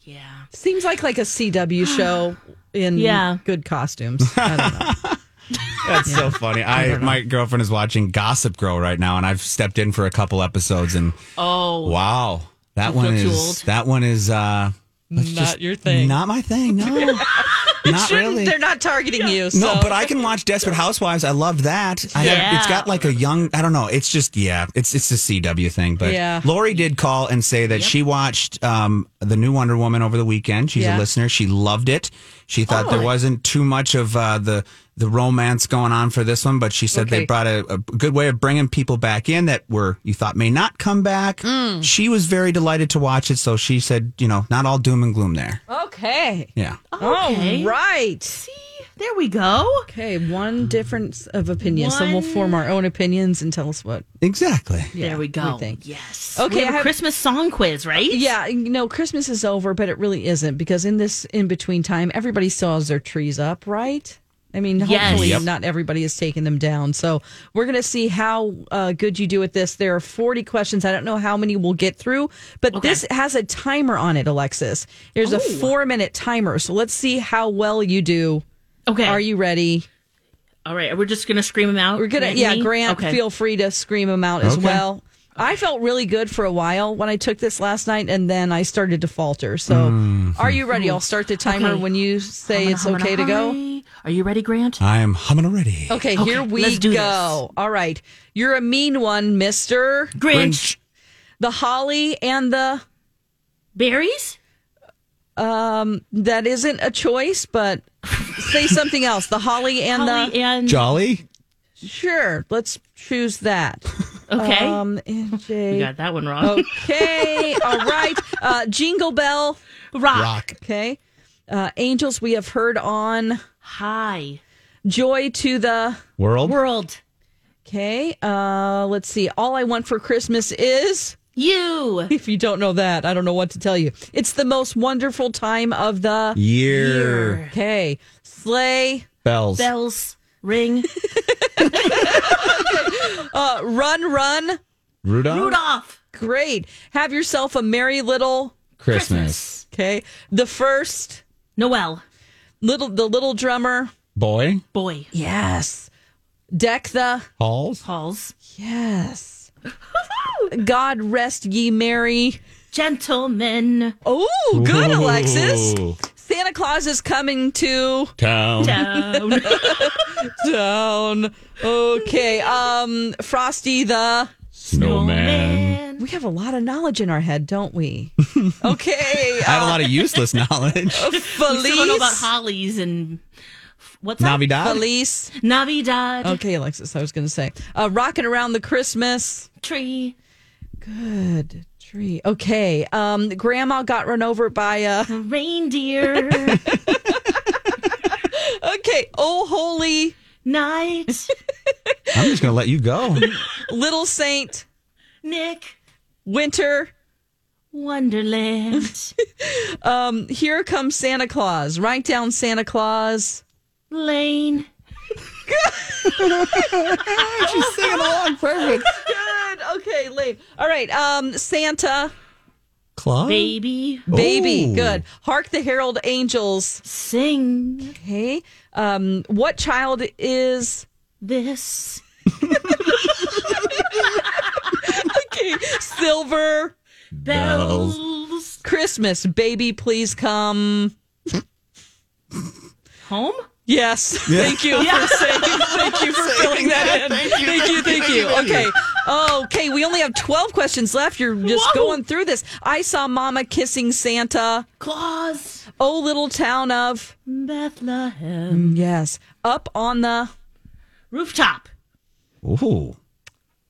[SPEAKER 2] Yeah.
[SPEAKER 5] Seems like like a CW show in
[SPEAKER 2] Yeah.
[SPEAKER 5] good costumes. I don't know.
[SPEAKER 7] That's so funny. I, my girlfriend is watching Gossip Girl right now, and I've stepped in for a couple episodes, and
[SPEAKER 2] Oh.
[SPEAKER 7] wow, that one
[SPEAKER 2] feel too
[SPEAKER 7] is
[SPEAKER 2] old.
[SPEAKER 7] that one is uh, not your thing. Not my thing. No, not really.
[SPEAKER 5] They're not targeting you. So.
[SPEAKER 7] No, but I can watch Desperate Housewives. I love that. I have,
[SPEAKER 2] Yeah.
[SPEAKER 7] it's got like a young. I don't know. It's just yeah. It's it's a CW thing. But
[SPEAKER 5] Yeah.
[SPEAKER 7] Lori did call and say that she watched um, the new Wonder Woman over the weekend. She's
[SPEAKER 5] Yeah. Oh.
[SPEAKER 7] a listener. She loved it. She thought there wasn't too much of uh, the the romance going on for this one, but she said
[SPEAKER 5] Okay.
[SPEAKER 7] they brought a, a good way of bringing people back in that were you thought may not come back.
[SPEAKER 5] Mm.
[SPEAKER 7] She was very delighted to watch it. So she said, you know, not all doom and gloom there.
[SPEAKER 5] okay.
[SPEAKER 7] Yeah.
[SPEAKER 5] All
[SPEAKER 2] Okay.
[SPEAKER 5] right.
[SPEAKER 2] There we go.
[SPEAKER 5] Okay, one difference of opinion. So we'll form our own opinions and tell us what.
[SPEAKER 7] Exactly.
[SPEAKER 2] there we
[SPEAKER 5] I
[SPEAKER 2] go.
[SPEAKER 5] think.
[SPEAKER 2] Yes.
[SPEAKER 5] Okay,
[SPEAKER 2] We have
[SPEAKER 5] I
[SPEAKER 2] a
[SPEAKER 5] have-
[SPEAKER 2] Christmas song quiz, right?
[SPEAKER 5] Yeah, you know, Christmas is over, but it really isn't because in this in between time, everybody still has their trees up, right? I mean,
[SPEAKER 2] Yes.
[SPEAKER 5] hopefully
[SPEAKER 2] Yep.
[SPEAKER 5] not everybody is taking them down. So we're going to see how uh, good you do at this. There are 40 questions. I don't know how many we'll get through, but this has a timer on it, Alexis. There's a four minute timer. So let's see how well you do.
[SPEAKER 2] Okay.
[SPEAKER 5] Are you ready?
[SPEAKER 2] All right. We're just gonna scream them out.
[SPEAKER 5] We're gonna,
[SPEAKER 2] Grant
[SPEAKER 5] yeah,
[SPEAKER 2] me?
[SPEAKER 5] Grant,
[SPEAKER 2] Okay.
[SPEAKER 5] feel free to scream them out as
[SPEAKER 7] Okay.
[SPEAKER 5] well. I felt really good for a while when I took this last night, and then I started to falter. So, are you ready? I'll start the timer
[SPEAKER 2] Mm-hmm. Okay.
[SPEAKER 5] when you say
[SPEAKER 2] Humana,
[SPEAKER 5] it's
[SPEAKER 2] humana,
[SPEAKER 5] okay to go.
[SPEAKER 2] hi. Are you ready, Grant?
[SPEAKER 7] I am humming already.
[SPEAKER 5] Okay,
[SPEAKER 2] Okay,
[SPEAKER 5] here we
[SPEAKER 2] let's do
[SPEAKER 5] go. All right, you're a mean one, Mister.
[SPEAKER 2] Grinch.
[SPEAKER 5] The holly and the
[SPEAKER 2] Berries.
[SPEAKER 5] that isn't a choice, but say something else. The holly and uh, the
[SPEAKER 2] Holly and
[SPEAKER 7] Jolly.
[SPEAKER 5] sure. Let's choose that.
[SPEAKER 2] okay.
[SPEAKER 5] Um, oh.
[SPEAKER 2] you
[SPEAKER 5] NJ.
[SPEAKER 2] got that one wrong.
[SPEAKER 5] Okay, all right. Uh, Jingle bell.
[SPEAKER 2] Rock.
[SPEAKER 5] Okay. Uh, angels we have heard on
[SPEAKER 2] Hi.
[SPEAKER 5] joy to the
[SPEAKER 7] World.
[SPEAKER 2] World.
[SPEAKER 5] okay uh let's see all i want for christmas is
[SPEAKER 2] You.
[SPEAKER 5] if you don't know that i don't know what to tell you it's the most wonderful time of the
[SPEAKER 7] Year.
[SPEAKER 5] okay sleigh
[SPEAKER 7] Bells.
[SPEAKER 2] Bells. Ring.
[SPEAKER 5] uh, run run
[SPEAKER 7] Rudolph.
[SPEAKER 2] Rudolph.
[SPEAKER 5] great have yourself a merry little
[SPEAKER 7] Christmas.
[SPEAKER 5] okay the first
[SPEAKER 2] Noel.
[SPEAKER 5] little the little drummer
[SPEAKER 7] Boy.
[SPEAKER 2] Boy.
[SPEAKER 5] yes deck the
[SPEAKER 7] Halls.
[SPEAKER 2] Halls.
[SPEAKER 5] yes god rest ye merry
[SPEAKER 2] Gentlemen.
[SPEAKER 5] oh good alexis Santa Claus is coming to
[SPEAKER 7] Town.
[SPEAKER 2] Down.
[SPEAKER 5] town. Okay. Um, Frosty the.
[SPEAKER 7] Snowman.
[SPEAKER 5] We have a lot of knowledge in our head, don't we? Okay.
[SPEAKER 7] I have a
[SPEAKER 5] Uh,
[SPEAKER 7] lot of useless knowledge.
[SPEAKER 2] We still don't know about
[SPEAKER 5] Felice.
[SPEAKER 2] hollies and what's that?
[SPEAKER 7] Navidad.
[SPEAKER 5] Felice.
[SPEAKER 2] Navidad
[SPEAKER 5] Okay, Alexis, I was going to say. Uh, rocking around the Christmas.
[SPEAKER 2] tree.
[SPEAKER 5] Good tree. Okay. Um, grandma got run over by a.
[SPEAKER 2] Reindeer.
[SPEAKER 5] Okay. Oh, holy
[SPEAKER 2] Night.
[SPEAKER 7] I'm just going to let you go.
[SPEAKER 5] little saint.
[SPEAKER 2] Nick.
[SPEAKER 5] Winter.
[SPEAKER 2] Wonderland.
[SPEAKER 5] Here comes Santa Claus. Write down Santa Claus.
[SPEAKER 2] Lane.
[SPEAKER 7] She's singing along. Perfect.
[SPEAKER 5] Good. Okay, late. All right. Um, Santa,
[SPEAKER 7] Claw.
[SPEAKER 2] Baby.
[SPEAKER 5] baby.
[SPEAKER 7] Ooh.
[SPEAKER 5] Good. Hark the herald angels.
[SPEAKER 2] Sing
[SPEAKER 5] Okay. Um, what child is
[SPEAKER 2] this.
[SPEAKER 5] okay, silver?
[SPEAKER 2] Bells.
[SPEAKER 5] Christmas, baby, please come.
[SPEAKER 2] Home?
[SPEAKER 5] Yes. Thank you for saying. Thank you for filling that, in. Thank you. Thank you. Thank you. Okay. Okay. We only have twelve questions left. You're just
[SPEAKER 2] Whoa.
[SPEAKER 5] going through this. I saw Mama kissing Santa.
[SPEAKER 2] Claus,
[SPEAKER 5] Oh, little town of.
[SPEAKER 2] Bethlehem,
[SPEAKER 5] Yes. Up on the.
[SPEAKER 2] rooftop,
[SPEAKER 7] Ooh.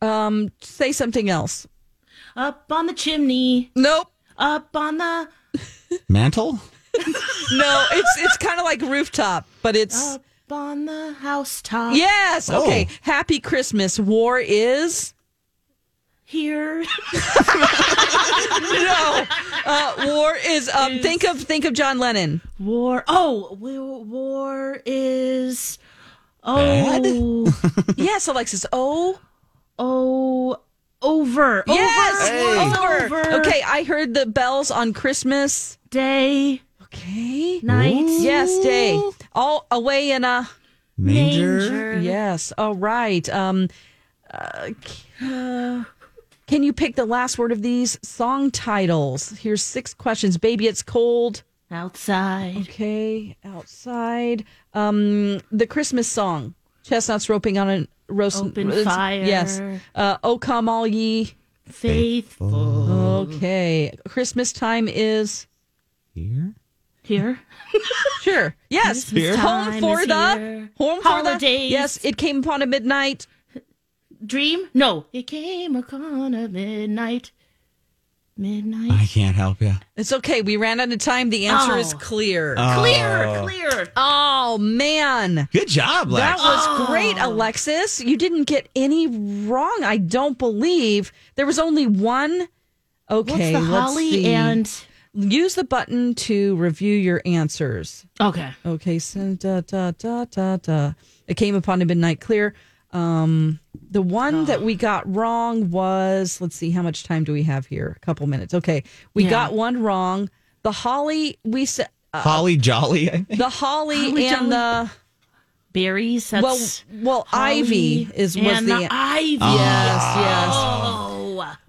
[SPEAKER 5] Um. Say something else.
[SPEAKER 2] up on the chimney,
[SPEAKER 5] Nope.
[SPEAKER 2] up on the
[SPEAKER 7] Mantle?
[SPEAKER 5] No. It's it's kind of like rooftop, but it's.
[SPEAKER 2] up on the housetop.
[SPEAKER 5] Yes. Okay. Happy Christmas. War is.
[SPEAKER 2] Here,
[SPEAKER 5] No. Uh, war is. Um. Think of think of John Lennon.
[SPEAKER 2] war. Oh, war, war is. Oh,
[SPEAKER 5] Yes, Alexis. Oh,
[SPEAKER 2] oh, over.
[SPEAKER 5] yes,
[SPEAKER 2] Over.
[SPEAKER 5] over.
[SPEAKER 2] war is over.
[SPEAKER 5] Okay, I heard the bells on Christmas
[SPEAKER 2] Day,
[SPEAKER 5] Okay.
[SPEAKER 2] night,
[SPEAKER 5] Yes, day. All away in a.
[SPEAKER 2] manger.
[SPEAKER 5] Yes. All right. Um, uh, c- uh, can you pick the last word of these song titles? Here's six questions. Baby, it's cold.
[SPEAKER 2] Outside,
[SPEAKER 5] Okay, outside. Um, the Christmas song. Chestnuts roping on a roast.
[SPEAKER 2] Open
[SPEAKER 5] it's-
[SPEAKER 2] fire.
[SPEAKER 5] Yes. Uh, oh, come all ye.
[SPEAKER 2] faithful.
[SPEAKER 5] Okay. Christmas time is
[SPEAKER 7] Here?
[SPEAKER 2] Here,
[SPEAKER 5] sure. Yes.
[SPEAKER 2] Here?
[SPEAKER 5] Home
[SPEAKER 2] time
[SPEAKER 5] for
[SPEAKER 2] is
[SPEAKER 5] the
[SPEAKER 2] here.
[SPEAKER 5] home for the
[SPEAKER 2] Holidays.
[SPEAKER 5] yes. It came upon a midnight.
[SPEAKER 2] dream. No, it came upon a midnight. Midnight.
[SPEAKER 7] I can't help you.
[SPEAKER 5] It's okay. We ran out of time. The answer is
[SPEAKER 2] Oh.
[SPEAKER 5] clear.
[SPEAKER 2] clear, clear.
[SPEAKER 5] Oh man.
[SPEAKER 7] Uh, Good job,
[SPEAKER 5] That
[SPEAKER 7] Lex.
[SPEAKER 5] was great,
[SPEAKER 2] Oh.
[SPEAKER 5] Alexis. You didn't get any wrong. I don't believe there was only one. Okay,
[SPEAKER 2] What's the
[SPEAKER 5] let's
[SPEAKER 2] holly
[SPEAKER 5] see.
[SPEAKER 2] and
[SPEAKER 5] use the button to review your answers.
[SPEAKER 2] okay?
[SPEAKER 5] Okay, so da da da da da. It came upon a midnight clear. Um, the one
[SPEAKER 2] Ah.
[SPEAKER 5] that we got wrong was let's see, how much time do we have here? A couple minutes. Okay, we
[SPEAKER 2] Yeah.
[SPEAKER 5] got one wrong. The holly we said uh,
[SPEAKER 7] Holly Jolly, I think.
[SPEAKER 5] the holly,
[SPEAKER 2] Holly
[SPEAKER 5] and the
[SPEAKER 2] Berries. That's
[SPEAKER 5] well well ivy
[SPEAKER 2] holly
[SPEAKER 5] is was
[SPEAKER 2] and
[SPEAKER 5] the,
[SPEAKER 2] ivy.
[SPEAKER 5] yes yes.
[SPEAKER 2] Oh,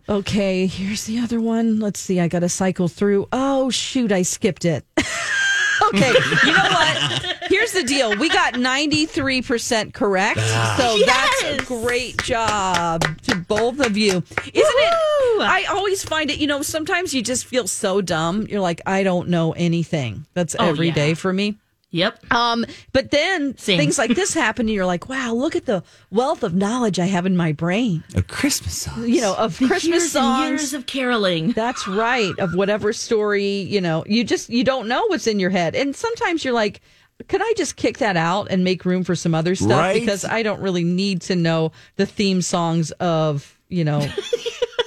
[SPEAKER 5] Okay, here's the other one. Let's see. I got to cycle through. Oh, shoot. I skipped it. okay. You know what? Here's the deal. We got 93% correct. So that's a
[SPEAKER 2] Yes!
[SPEAKER 5] great job to both of you. Isn't it?
[SPEAKER 2] Woo!
[SPEAKER 5] I always find it, you know, sometimes you just feel so dumb. You're like, I don't know anything. That's
[SPEAKER 2] Oh,
[SPEAKER 5] every day
[SPEAKER 2] yeah.
[SPEAKER 5] for me.
[SPEAKER 2] yep.
[SPEAKER 5] Um, but then
[SPEAKER 2] Same.
[SPEAKER 5] things like this happen and you're like, wow, look at the wealth of knowledge I have in my brain.
[SPEAKER 7] A Christmas song.
[SPEAKER 5] You know, of Christmas
[SPEAKER 2] years
[SPEAKER 5] songs.
[SPEAKER 2] And years of caroling.
[SPEAKER 5] That's right. Of whatever story, you know, you just you don't know what's in your head. And sometimes you're like, could I just kick that out and make room for some other stuff
[SPEAKER 7] Right.
[SPEAKER 5] because I don't really need to know the theme songs of, you know,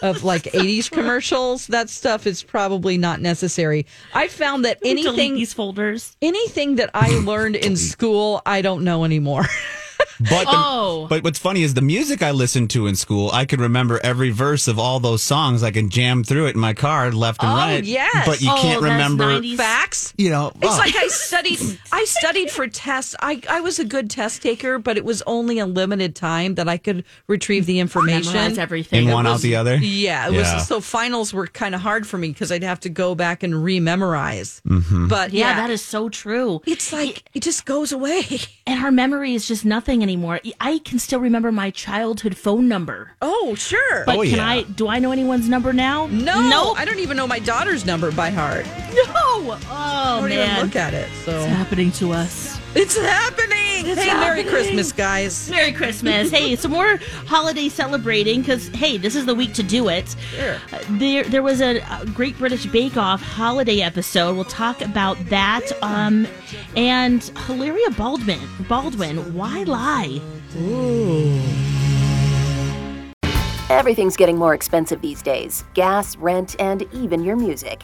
[SPEAKER 5] of like 80s commercials. That stuff is probably not necessary. I found that
[SPEAKER 2] Delete
[SPEAKER 5] anything
[SPEAKER 2] these folders.
[SPEAKER 5] anything that I learned in school, I don't know anymore.
[SPEAKER 7] But, the-
[SPEAKER 2] Oh.
[SPEAKER 7] but what's funny is the music I listened to in school, I could remember every verse of all those songs. I can jam through it in my car left and
[SPEAKER 5] Oh,
[SPEAKER 7] right.
[SPEAKER 5] yes.
[SPEAKER 7] But you
[SPEAKER 2] Oh,
[SPEAKER 7] can't
[SPEAKER 2] that's
[SPEAKER 7] remember,
[SPEAKER 2] 90s.
[SPEAKER 5] Facts?
[SPEAKER 7] you know.
[SPEAKER 5] It's
[SPEAKER 7] oh.
[SPEAKER 5] like I studied. I studied for tests. I, I was a good test taker, but it was only a limited time that I could retrieve the
[SPEAKER 2] Memorize
[SPEAKER 5] information.
[SPEAKER 2] everything.
[SPEAKER 7] and one out the other.
[SPEAKER 5] Yeah, it
[SPEAKER 7] Yeah.
[SPEAKER 5] was so finals were kind of hard for me because I'd have to go back and rememorize. Mm-hmm. But yeah,
[SPEAKER 2] yeah, that is so true.
[SPEAKER 5] it's like it just goes away.
[SPEAKER 2] and our memory is just nothing anymore. I can still remember my childhood phone number.
[SPEAKER 5] Oh, sure.
[SPEAKER 2] But
[SPEAKER 7] Oh,
[SPEAKER 2] can
[SPEAKER 7] yeah.
[SPEAKER 2] I do I know anyone's number now?
[SPEAKER 5] no,
[SPEAKER 2] No.
[SPEAKER 5] I don't even know my daughter's number by heart.
[SPEAKER 2] no. Oh
[SPEAKER 5] I don't even
[SPEAKER 2] man.
[SPEAKER 5] look at it. So
[SPEAKER 2] happening to us.
[SPEAKER 5] it's happening. hey, Merry
[SPEAKER 2] happening.
[SPEAKER 5] Christmas, guys.
[SPEAKER 2] Merry Christmas. hey, some more holiday celebrating because, hey, this is the week to do it.
[SPEAKER 5] Sure.
[SPEAKER 2] Uh, There, there was a uh, Great British Bake Off holiday episode. We'll talk about that. Um, and Hilaria Baldwin, Baldwin, why lie?
[SPEAKER 9] Everything's getting more expensive these days gas, rent, and even your music.